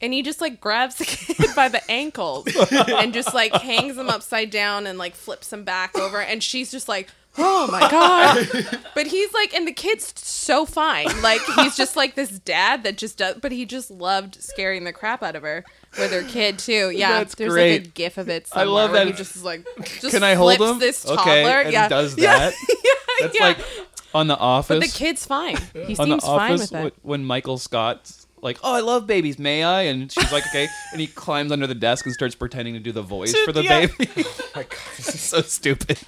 Speaker 3: And he just like grabs the [laughs] kid by the ankles and just like hangs him upside down and like flips him back over. And she's just like, "Oh my god!"
Speaker 1: [laughs]
Speaker 3: But he's like, and the kid's so fine. Like he's just like this dad that just does, but he just loved scaring the crap out of her with her kid too. Yeah,
Speaker 1: That's
Speaker 3: there's like a
Speaker 1: great.
Speaker 3: gif of it.
Speaker 1: I
Speaker 3: Somewhere
Speaker 1: love
Speaker 3: where
Speaker 1: that.
Speaker 3: He just is like, just
Speaker 1: Can I hold
Speaker 3: flips
Speaker 1: him?
Speaker 3: This toddler,
Speaker 1: okay, and
Speaker 3: yeah,
Speaker 1: does
Speaker 3: Yeah.
Speaker 1: that?
Speaker 3: [laughs] yeah,
Speaker 1: That's
Speaker 3: yeah.
Speaker 1: like on the office.
Speaker 3: But the kid's [laughs] fine. He
Speaker 1: on the
Speaker 3: seems fine
Speaker 1: office
Speaker 3: with it.
Speaker 1: wh- when Michael Scott's like, "Oh, I love babies, may I?" And she's like, "Okay," [laughs] and he climbs under the desk and starts pretending to do the voice for the
Speaker 3: yeah.
Speaker 1: baby. [laughs]
Speaker 2: Oh my God.
Speaker 1: so stupid.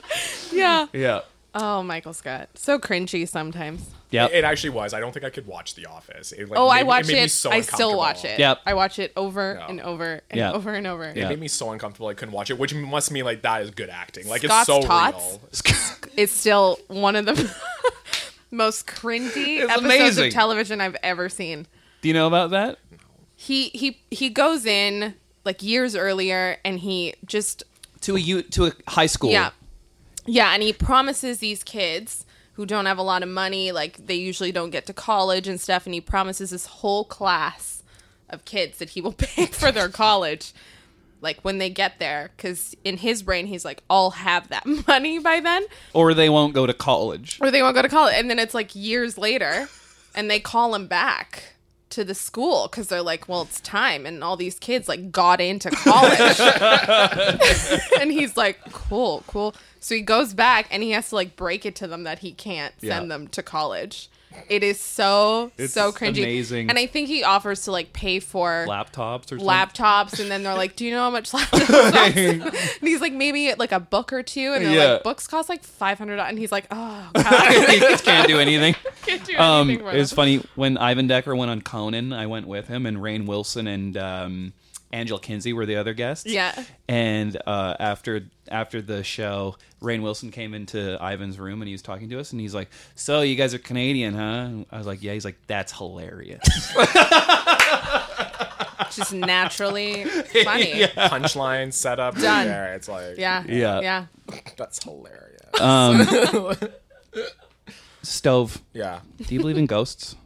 Speaker 3: Yeah.
Speaker 1: Yeah.
Speaker 3: Oh, Michael Scott, so cringy sometimes.
Speaker 1: Yep.
Speaker 2: It actually was. I don't think I could watch The Office. It, like,
Speaker 3: Oh,
Speaker 2: made
Speaker 3: I
Speaker 2: me-
Speaker 3: watch
Speaker 2: made me
Speaker 3: it.
Speaker 2: so
Speaker 3: I still watch
Speaker 2: uncomfortable.
Speaker 3: it.
Speaker 1: Yep.
Speaker 3: I watch it over
Speaker 2: Yeah.
Speaker 3: and over and
Speaker 1: Yeah.
Speaker 3: over and over.
Speaker 2: It
Speaker 1: Yeah.
Speaker 2: made me so uncomfortable. I couldn't watch it, which must mean like that is good acting. Like
Speaker 3: Scott's
Speaker 2: it's so
Speaker 3: Tots.
Speaker 2: real.
Speaker 3: [laughs]
Speaker 2: [laughs]
Speaker 3: It's still one of the [laughs] most cringy
Speaker 1: It's
Speaker 3: episodes
Speaker 1: amazing.
Speaker 3: of television I've ever seen.
Speaker 1: do you know about that?
Speaker 3: He he he goes in like years earlier, and he just
Speaker 1: To a u- to a high school.
Speaker 3: Yeah. Yeah, and he promises these kids who don't have a lot of money, like they usually don't get to college and stuff, and he promises this whole class of kids that he will [laughs] pay for their college like when they get there cuz in his brain he's like I'll have that [laughs] money by then
Speaker 1: Or they won't go to college.
Speaker 3: or they won't go to college and then it's like years later and they call him back to the school cuz they're like well it's time and all these kids like got into college [laughs] and he's like, cool, cool. So he goes back and he has to like break it to them that he can't send
Speaker 1: Yeah.
Speaker 3: them to college. It is so
Speaker 1: It's
Speaker 3: so cringy.
Speaker 1: amazing.
Speaker 3: And I think he offers to like pay for
Speaker 1: Laptops or
Speaker 3: laptops, and then they're like, "Do you know how much [laughs] laptops?"
Speaker 1: [laughs]
Speaker 3: cost?" and [laughs] he's like, "Maybe like a book or two. And they're
Speaker 1: Yeah.
Speaker 3: like, "Books cost like five hundred dollars." And he's like, "Oh god,
Speaker 1: something. Kids can't do anything.
Speaker 3: can't do anything
Speaker 1: Um,
Speaker 3: for
Speaker 1: it was
Speaker 3: them."
Speaker 1: funny when Ivan Decker went on Conan. I went with him, and Rain Wilson and um, Angela Kinsey were the other guests.
Speaker 3: Yeah.
Speaker 1: And uh, after after the show, Rain Wilson came into Ivan's room and he was talking to us, and he's like, "So you guys are Canadian, huh?" And I was like, "Yeah." He's like, "That's hilarious."
Speaker 3: Just naturally funny. yeah.
Speaker 2: Punchline setup. right
Speaker 3: Done.
Speaker 2: There. It's like
Speaker 3: Yeah.
Speaker 1: Yeah.
Speaker 2: That's hilarious.
Speaker 1: Um, Stove.
Speaker 2: yeah.
Speaker 1: Do you believe in ghosts?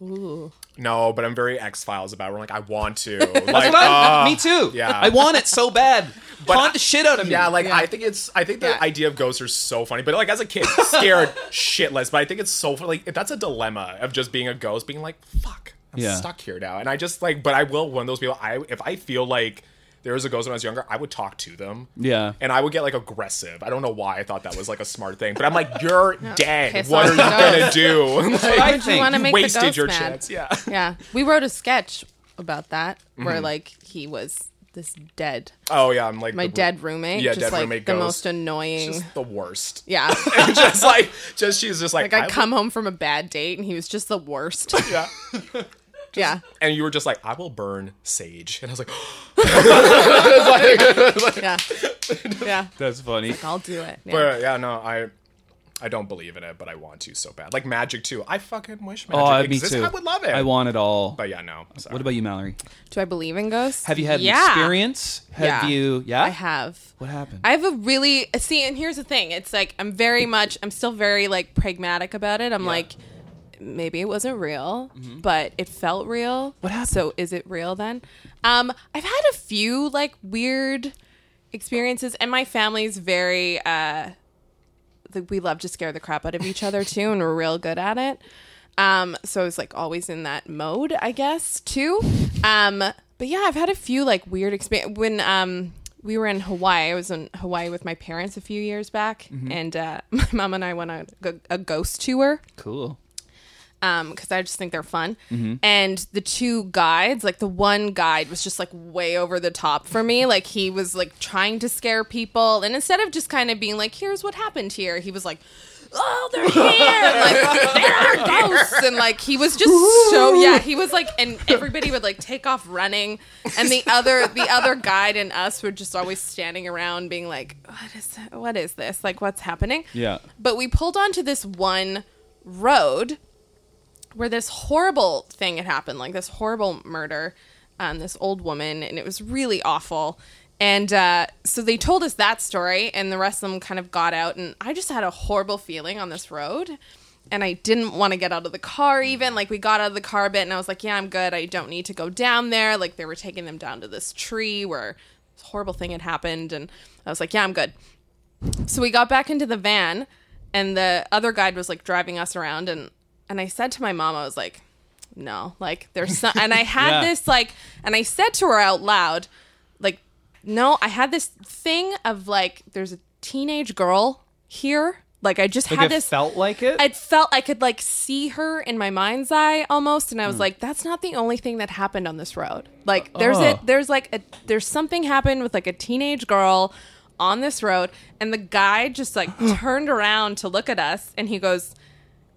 Speaker 3: Ooh.
Speaker 2: No, but I'm
Speaker 3: [laughs]
Speaker 2: very X Files about. It. I'm like I want to. Like,
Speaker 1: That's what I'm-
Speaker 2: uh,
Speaker 1: me too.
Speaker 2: yeah.
Speaker 1: I want it so bad. Taunt the shit out of me. [clears throat]
Speaker 2: Yeah, like I think it's I think the
Speaker 3: Yeah.
Speaker 2: idea of ghosts are so funny, but like as a kid, scared shitless. But I think it's so fu- like that's a dilemma of just being a ghost, being like fuck, I'm
Speaker 1: Yeah.
Speaker 2: stuck here now. And I just like, but I will one of those people. I if I feel like there was a ghost when I was younger, I would talk to them.
Speaker 1: Yeah.
Speaker 2: And I would get like aggressive. I don't know why I thought that was like a smart thing, but I'm like,
Speaker 3: [laughs]
Speaker 2: you're dead.
Speaker 3: piss
Speaker 2: What are
Speaker 3: off
Speaker 2: you
Speaker 3: the
Speaker 2: gonna
Speaker 3: [laughs]
Speaker 2: do? [laughs] Like,
Speaker 1: I
Speaker 3: Would you
Speaker 1: think
Speaker 3: want to
Speaker 2: you
Speaker 3: make the
Speaker 2: wasted
Speaker 3: ghost
Speaker 2: your
Speaker 3: mad?
Speaker 2: chance. Yeah.
Speaker 3: Yeah, we wrote a sketch about that where like he was this dead,
Speaker 2: Oh yeah, I'm like
Speaker 3: my
Speaker 2: the-
Speaker 3: dead roommate,
Speaker 2: Yeah,
Speaker 3: just
Speaker 2: dead
Speaker 3: like
Speaker 2: roommate
Speaker 3: the
Speaker 2: ghost.
Speaker 3: most annoying.
Speaker 2: Just the worst.
Speaker 3: [laughs]
Speaker 2: [laughs]
Speaker 3: yeah,
Speaker 2: just like just she's just like,
Speaker 3: like I
Speaker 2: would-
Speaker 3: come home from a bad date and he was just the worst.
Speaker 2: yeah.
Speaker 3: [laughs] yeah,
Speaker 2: and you were just like, I will burn sage. And I was like, [gasps]
Speaker 3: yeah, yeah.
Speaker 1: That's funny.
Speaker 3: I'll do it. Yeah.
Speaker 2: but yeah, no, I I don't believe in it, but I want to so bad. Like magic too. I fucking wish magic
Speaker 1: Oh, me
Speaker 2: exists.
Speaker 1: too.
Speaker 2: I would love it.
Speaker 1: I want it all.
Speaker 2: but yeah, no. Sorry.
Speaker 1: What about you, Mallory?
Speaker 3: Do I believe in ghosts?
Speaker 1: Have you had
Speaker 3: Yeah.
Speaker 1: an experience? Have
Speaker 3: Yeah.
Speaker 1: you? Yeah.
Speaker 3: I have.
Speaker 1: What happened?
Speaker 3: I have a really see, and here's the thing. It's like I'm very much, I'm still very like pragmatic about it. I'm like, maybe it wasn't real, but it felt real. What
Speaker 1: Mm-hmm. happened?
Speaker 3: So is it real then? Um, I've had a few like weird experiences, and my family's very uh, like we love to scare the crap out of each other too, and we're real good at it. Um, so I was like always in that mode, I guess, too. Um, but yeah, I've had a few like weird experience when um we were in Hawaii. I was in Hawaii with my parents a few years back, and uh, [laughs] my mom and I went on a, a ghost tour
Speaker 1: cool.
Speaker 3: because um, I just think they're fun. And the two guides, like the one guide was just like way over the top for me. Like he was like trying to scare people. And instead of just kind of being like, here's what happened here, he was like, oh, they're here. like, there are ghosts. And like he was just so, yeah, he was like, and everybody would like take off running. And the other, the other guide and us were just always standing around being like, what is, what is this? Like, what's happening?
Speaker 1: Yeah.
Speaker 3: But we pulled onto this one road where this horrible thing had happened, like this horrible murder, um, this old woman, and it was really awful. And uh, so they told us that story, and the rest of them kind of got out, and I just had a horrible feeling on this road. And I didn't want to get out of the car, even. Like, we got out of the car a bit, and I was like, yeah, I'm good. I don't need to go down there. Like, they were taking them down to this tree where this horrible thing had happened. And I was like, yeah, I'm good. So we got back into the van, and the other guide was like driving us around, and and I said to my mom, I was like, "No, like there's some," and I had
Speaker 1: [laughs] Yeah.
Speaker 3: this like, and I said to her out loud, like, "No, I had this thing of like, there's a teenage girl here, like I just
Speaker 1: Like
Speaker 3: had
Speaker 1: it
Speaker 3: this."
Speaker 1: felt like it.
Speaker 3: I uh, felt I could like see her in my mind's eye almost, and I was like, "That's not the only thing that happened on this road. Like, there's
Speaker 1: Oh.
Speaker 3: a there's like a there's something happened with like a teenage girl on this road, and the guy just like turned around to look at us, and he goes,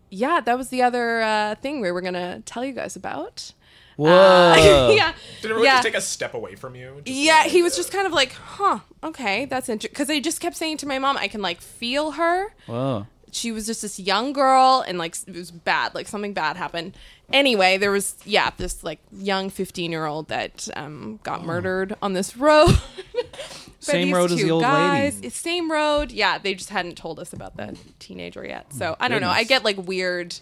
Speaker 3: "Yeah, that was the other uh, thing we were gonna tell you guys about." [laughs]
Speaker 1: Whoa.
Speaker 3: yeah,
Speaker 2: Did everyone
Speaker 3: yeah.
Speaker 2: just take a step away from you? Just
Speaker 3: Yeah,
Speaker 2: like-
Speaker 3: he was just kind of like, "Huh, okay, that's interesting." Because I just kept saying to my mom, "I can like feel her."
Speaker 1: Whoa.
Speaker 3: she was just this young girl and like it was bad like something bad happened anyway there was yeah this like young 15 year old that um, got murdered on this road [laughs] By
Speaker 1: Same
Speaker 3: these
Speaker 1: road as
Speaker 3: two
Speaker 1: the old
Speaker 3: guys.
Speaker 1: lady.
Speaker 3: It's same road yeah they just hadn't told us about the teenager yet so i don't know i
Speaker 1: goodness.
Speaker 3: get like weird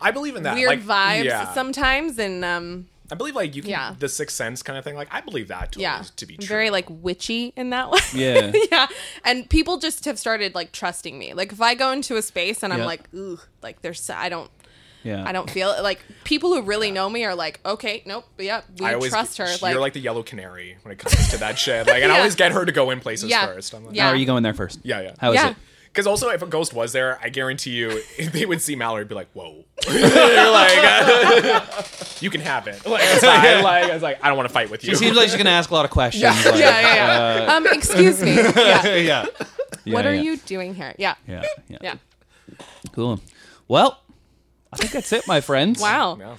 Speaker 2: I believe in that. like,
Speaker 3: weird vibes
Speaker 2: Yeah.
Speaker 3: sometimes and um
Speaker 2: I believe like you can
Speaker 3: Yeah.
Speaker 2: the sixth sense kind of thing. Like I believe that totally
Speaker 3: yeah
Speaker 2: to be
Speaker 3: I'm
Speaker 2: true.
Speaker 3: very like witchy in that [laughs] way
Speaker 1: Yeah.
Speaker 3: yeah and people just have started like trusting me like if i go into a space and i'm
Speaker 1: Yeah.
Speaker 3: like ooh like there's i don't
Speaker 1: Yeah.
Speaker 3: I don't feel like people who really know me are like, okay, nope, yeah, we
Speaker 2: I always
Speaker 3: trust her. Like,
Speaker 2: You're like the yellow canary when it comes to that shit. Like, and I
Speaker 3: [laughs] Yeah.
Speaker 2: always get her to go in places
Speaker 3: Yeah.
Speaker 2: first. I'm like,
Speaker 1: How
Speaker 3: Yeah.
Speaker 1: are you going there first?
Speaker 2: yeah, yeah.
Speaker 1: How is
Speaker 3: Yeah.
Speaker 1: it?
Speaker 2: Because also, if a ghost was there, I guarantee you [laughs] they would see Mallory and be like, "Whoa, [laughs] You're like [laughs] uh, you can have it." Like, it's fine. Like, I was like, "I don't want to fight with you."
Speaker 1: It
Speaker 2: [laughs]
Speaker 1: seems like she's gonna ask a lot of questions. like,
Speaker 3: [laughs] yeah, yeah, yeah. um, excuse
Speaker 1: [laughs]
Speaker 3: me. Yeah.
Speaker 1: yeah. yeah.
Speaker 3: what are
Speaker 1: yeah.
Speaker 3: you doing here? Yeah. yeah,
Speaker 1: Yeah, yeah. Cool. Well, I think that's it, my friends.
Speaker 3: Wow,
Speaker 2: Yeah.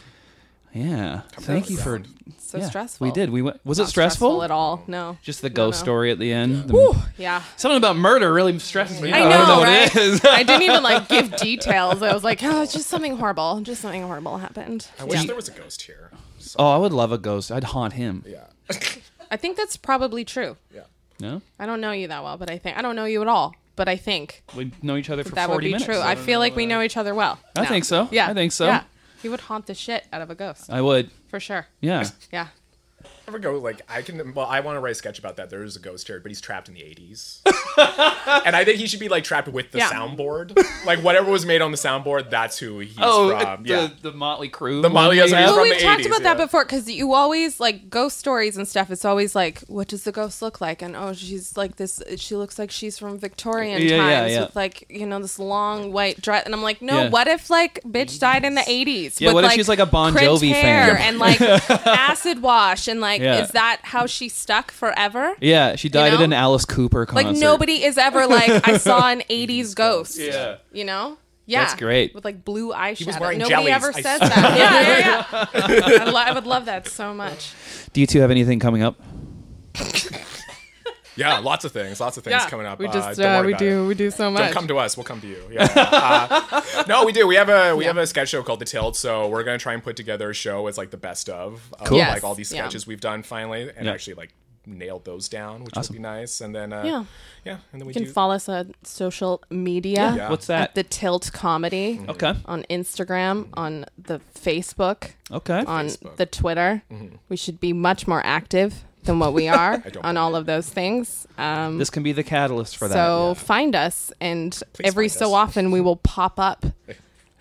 Speaker 1: Yeah. Thank you for.
Speaker 3: so
Speaker 1: yeah,
Speaker 3: stressful.
Speaker 1: We did. We went. Was it
Speaker 3: Not
Speaker 1: stressful?
Speaker 3: at all? No.
Speaker 1: Just the ghost
Speaker 3: no.
Speaker 1: story at the end. The-
Speaker 3: Yeah.
Speaker 1: Something about murder really stresses me.
Speaker 3: I know,
Speaker 1: out. I don't know
Speaker 3: right?
Speaker 1: what it is.
Speaker 3: [laughs] I didn't even like give details. I was like, oh, it's just something horrible. Just something horrible happened.
Speaker 2: I wish
Speaker 3: Yeah.
Speaker 2: there was a ghost here. So,
Speaker 1: [laughs] oh, I would love a ghost. I'd haunt him.
Speaker 2: yeah,
Speaker 3: I think that's probably true.
Speaker 2: yeah.
Speaker 1: No,
Speaker 3: I don't know you that well, but I think I don't know you at all. But I think
Speaker 1: we know each other for
Speaker 3: that would
Speaker 1: forty
Speaker 3: be
Speaker 1: minutes.
Speaker 3: true. I feel like we know each other well.
Speaker 1: I
Speaker 3: now.
Speaker 1: think so.
Speaker 3: Yeah,
Speaker 1: I think so.
Speaker 3: Yeah, he would haunt the shit out of a ghost
Speaker 1: I would.
Speaker 3: for sure.
Speaker 1: Yeah.
Speaker 3: Yeah.
Speaker 2: ever go like I can? Well, I want to write a sketch about that. There is a ghost here, but he's trapped in the '80s, and I think he should be like trapped with the
Speaker 3: Yeah.
Speaker 2: soundboard. Like whatever was made on the soundboard, that's who he's
Speaker 1: Oh,
Speaker 3: uh,
Speaker 2: from.
Speaker 1: the,
Speaker 2: yeah,
Speaker 1: the Motley Crue.
Speaker 2: The Motley
Speaker 1: one we
Speaker 2: Crue
Speaker 1: have?
Speaker 2: from
Speaker 3: Well,
Speaker 2: the
Speaker 3: we've talked
Speaker 2: 80s,
Speaker 3: about that
Speaker 2: yeah.
Speaker 3: before because you always like ghost stories and stuff. It's always like, what does the ghost look like? And oh, she's like this. She looks like she's from Victorian
Speaker 1: Yeah, yeah,
Speaker 3: times
Speaker 1: yeah.
Speaker 3: with like you know this long white dress. And I'm like, no.
Speaker 1: Yeah.
Speaker 3: What if like bitch died in the 80s?
Speaker 1: Yeah,
Speaker 3: with,
Speaker 1: what if she's, like, a Bon
Speaker 3: crimped
Speaker 1: Jovi
Speaker 3: hair
Speaker 1: [laughs] fan?
Speaker 3: and like acid wash and like
Speaker 1: Yeah.
Speaker 3: is that how she stuck forever?
Speaker 1: Yeah, she died at
Speaker 3: know?
Speaker 1: an Alice Cooper concert.
Speaker 3: Like nobody is ever like I saw an 80s ghost.
Speaker 1: Yeah.
Speaker 3: You know? Yeah.
Speaker 1: That's great.
Speaker 3: With like blue eyeshadow.
Speaker 2: was wearing
Speaker 3: Nobody
Speaker 2: jellies.
Speaker 3: ever
Speaker 2: I
Speaker 3: says
Speaker 2: saw
Speaker 3: that. yeah, yeah,
Speaker 2: [laughs]
Speaker 3: yeah. I, lo- I would love that so much.
Speaker 1: Do you two have anything coming up?
Speaker 2: yeah, lots of things, lots of things
Speaker 3: yeah.
Speaker 2: coming up. Uh,
Speaker 3: We just uh,
Speaker 2: don't worry
Speaker 3: we
Speaker 2: about
Speaker 3: do
Speaker 2: it.
Speaker 3: we do so much.
Speaker 2: Don't come to us. We'll come to
Speaker 3: [laughs]
Speaker 2: you. Yeah. Uh, no, we do. We have a we have a sketch show called The Tilt. So we're gonna try and put together a show as like the best of, of
Speaker 1: Cool.
Speaker 3: Yes,
Speaker 2: like all these
Speaker 3: yeah.
Speaker 2: sketches we've done finally, and
Speaker 1: Yeah.
Speaker 2: actually like nailed those down, which
Speaker 1: Awesome.
Speaker 2: would be nice. And then uh,
Speaker 3: Yeah.
Speaker 2: yeah, and then we
Speaker 3: you
Speaker 2: do.
Speaker 3: can follow us on social media
Speaker 2: Yeah. Mm-hmm.
Speaker 1: What's
Speaker 3: at
Speaker 1: that?
Speaker 3: the Tilt Comedy
Speaker 1: okay.
Speaker 3: on Instagram, on the Facebook,
Speaker 1: Okay.
Speaker 3: on the Twitter. We should be much more active than
Speaker 2: [laughs]
Speaker 3: what we are
Speaker 2: Mm-hmm. don't
Speaker 3: on
Speaker 2: believe
Speaker 3: all of those things. Um,
Speaker 1: this can be the catalyst for that.
Speaker 3: so find us, and every
Speaker 2: find
Speaker 3: so
Speaker 2: us.
Speaker 3: often we will
Speaker 2: [laughs]
Speaker 3: pop up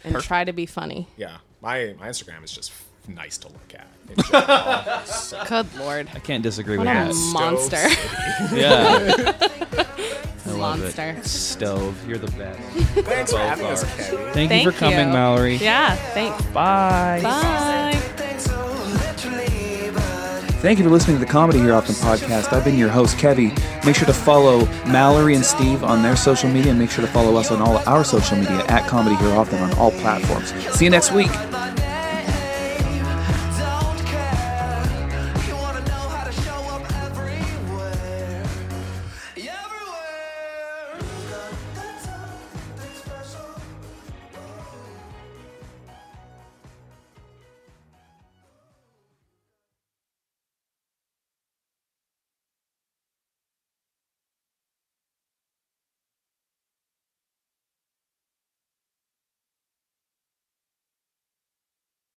Speaker 3: and try to be funny.
Speaker 2: yeah, my my Instagram is just nice to look at. In
Speaker 3: [laughs]
Speaker 2: general. So-
Speaker 3: Good lord,
Speaker 1: I can't disagree
Speaker 3: what
Speaker 1: with
Speaker 3: a
Speaker 1: that.
Speaker 2: Stove
Speaker 3: monster! [laughs]
Speaker 1: Yeah. I love it.
Speaker 3: monster.
Speaker 1: Stove, you're the best.
Speaker 2: Thanks for having us, Kenny.
Speaker 1: Thank,
Speaker 3: Thank
Speaker 1: you for coming,
Speaker 3: you.
Speaker 1: Mallory.
Speaker 3: Yeah, thanks.
Speaker 1: Bye.
Speaker 3: Bye.
Speaker 1: Thank you for listening to the Comedy Here Often podcast. I've been your host, Kevy. Make sure to follow Mallory and Steve on their social media and make sure to follow us on all our social media at Comedy Here Often on all platforms. See you next week.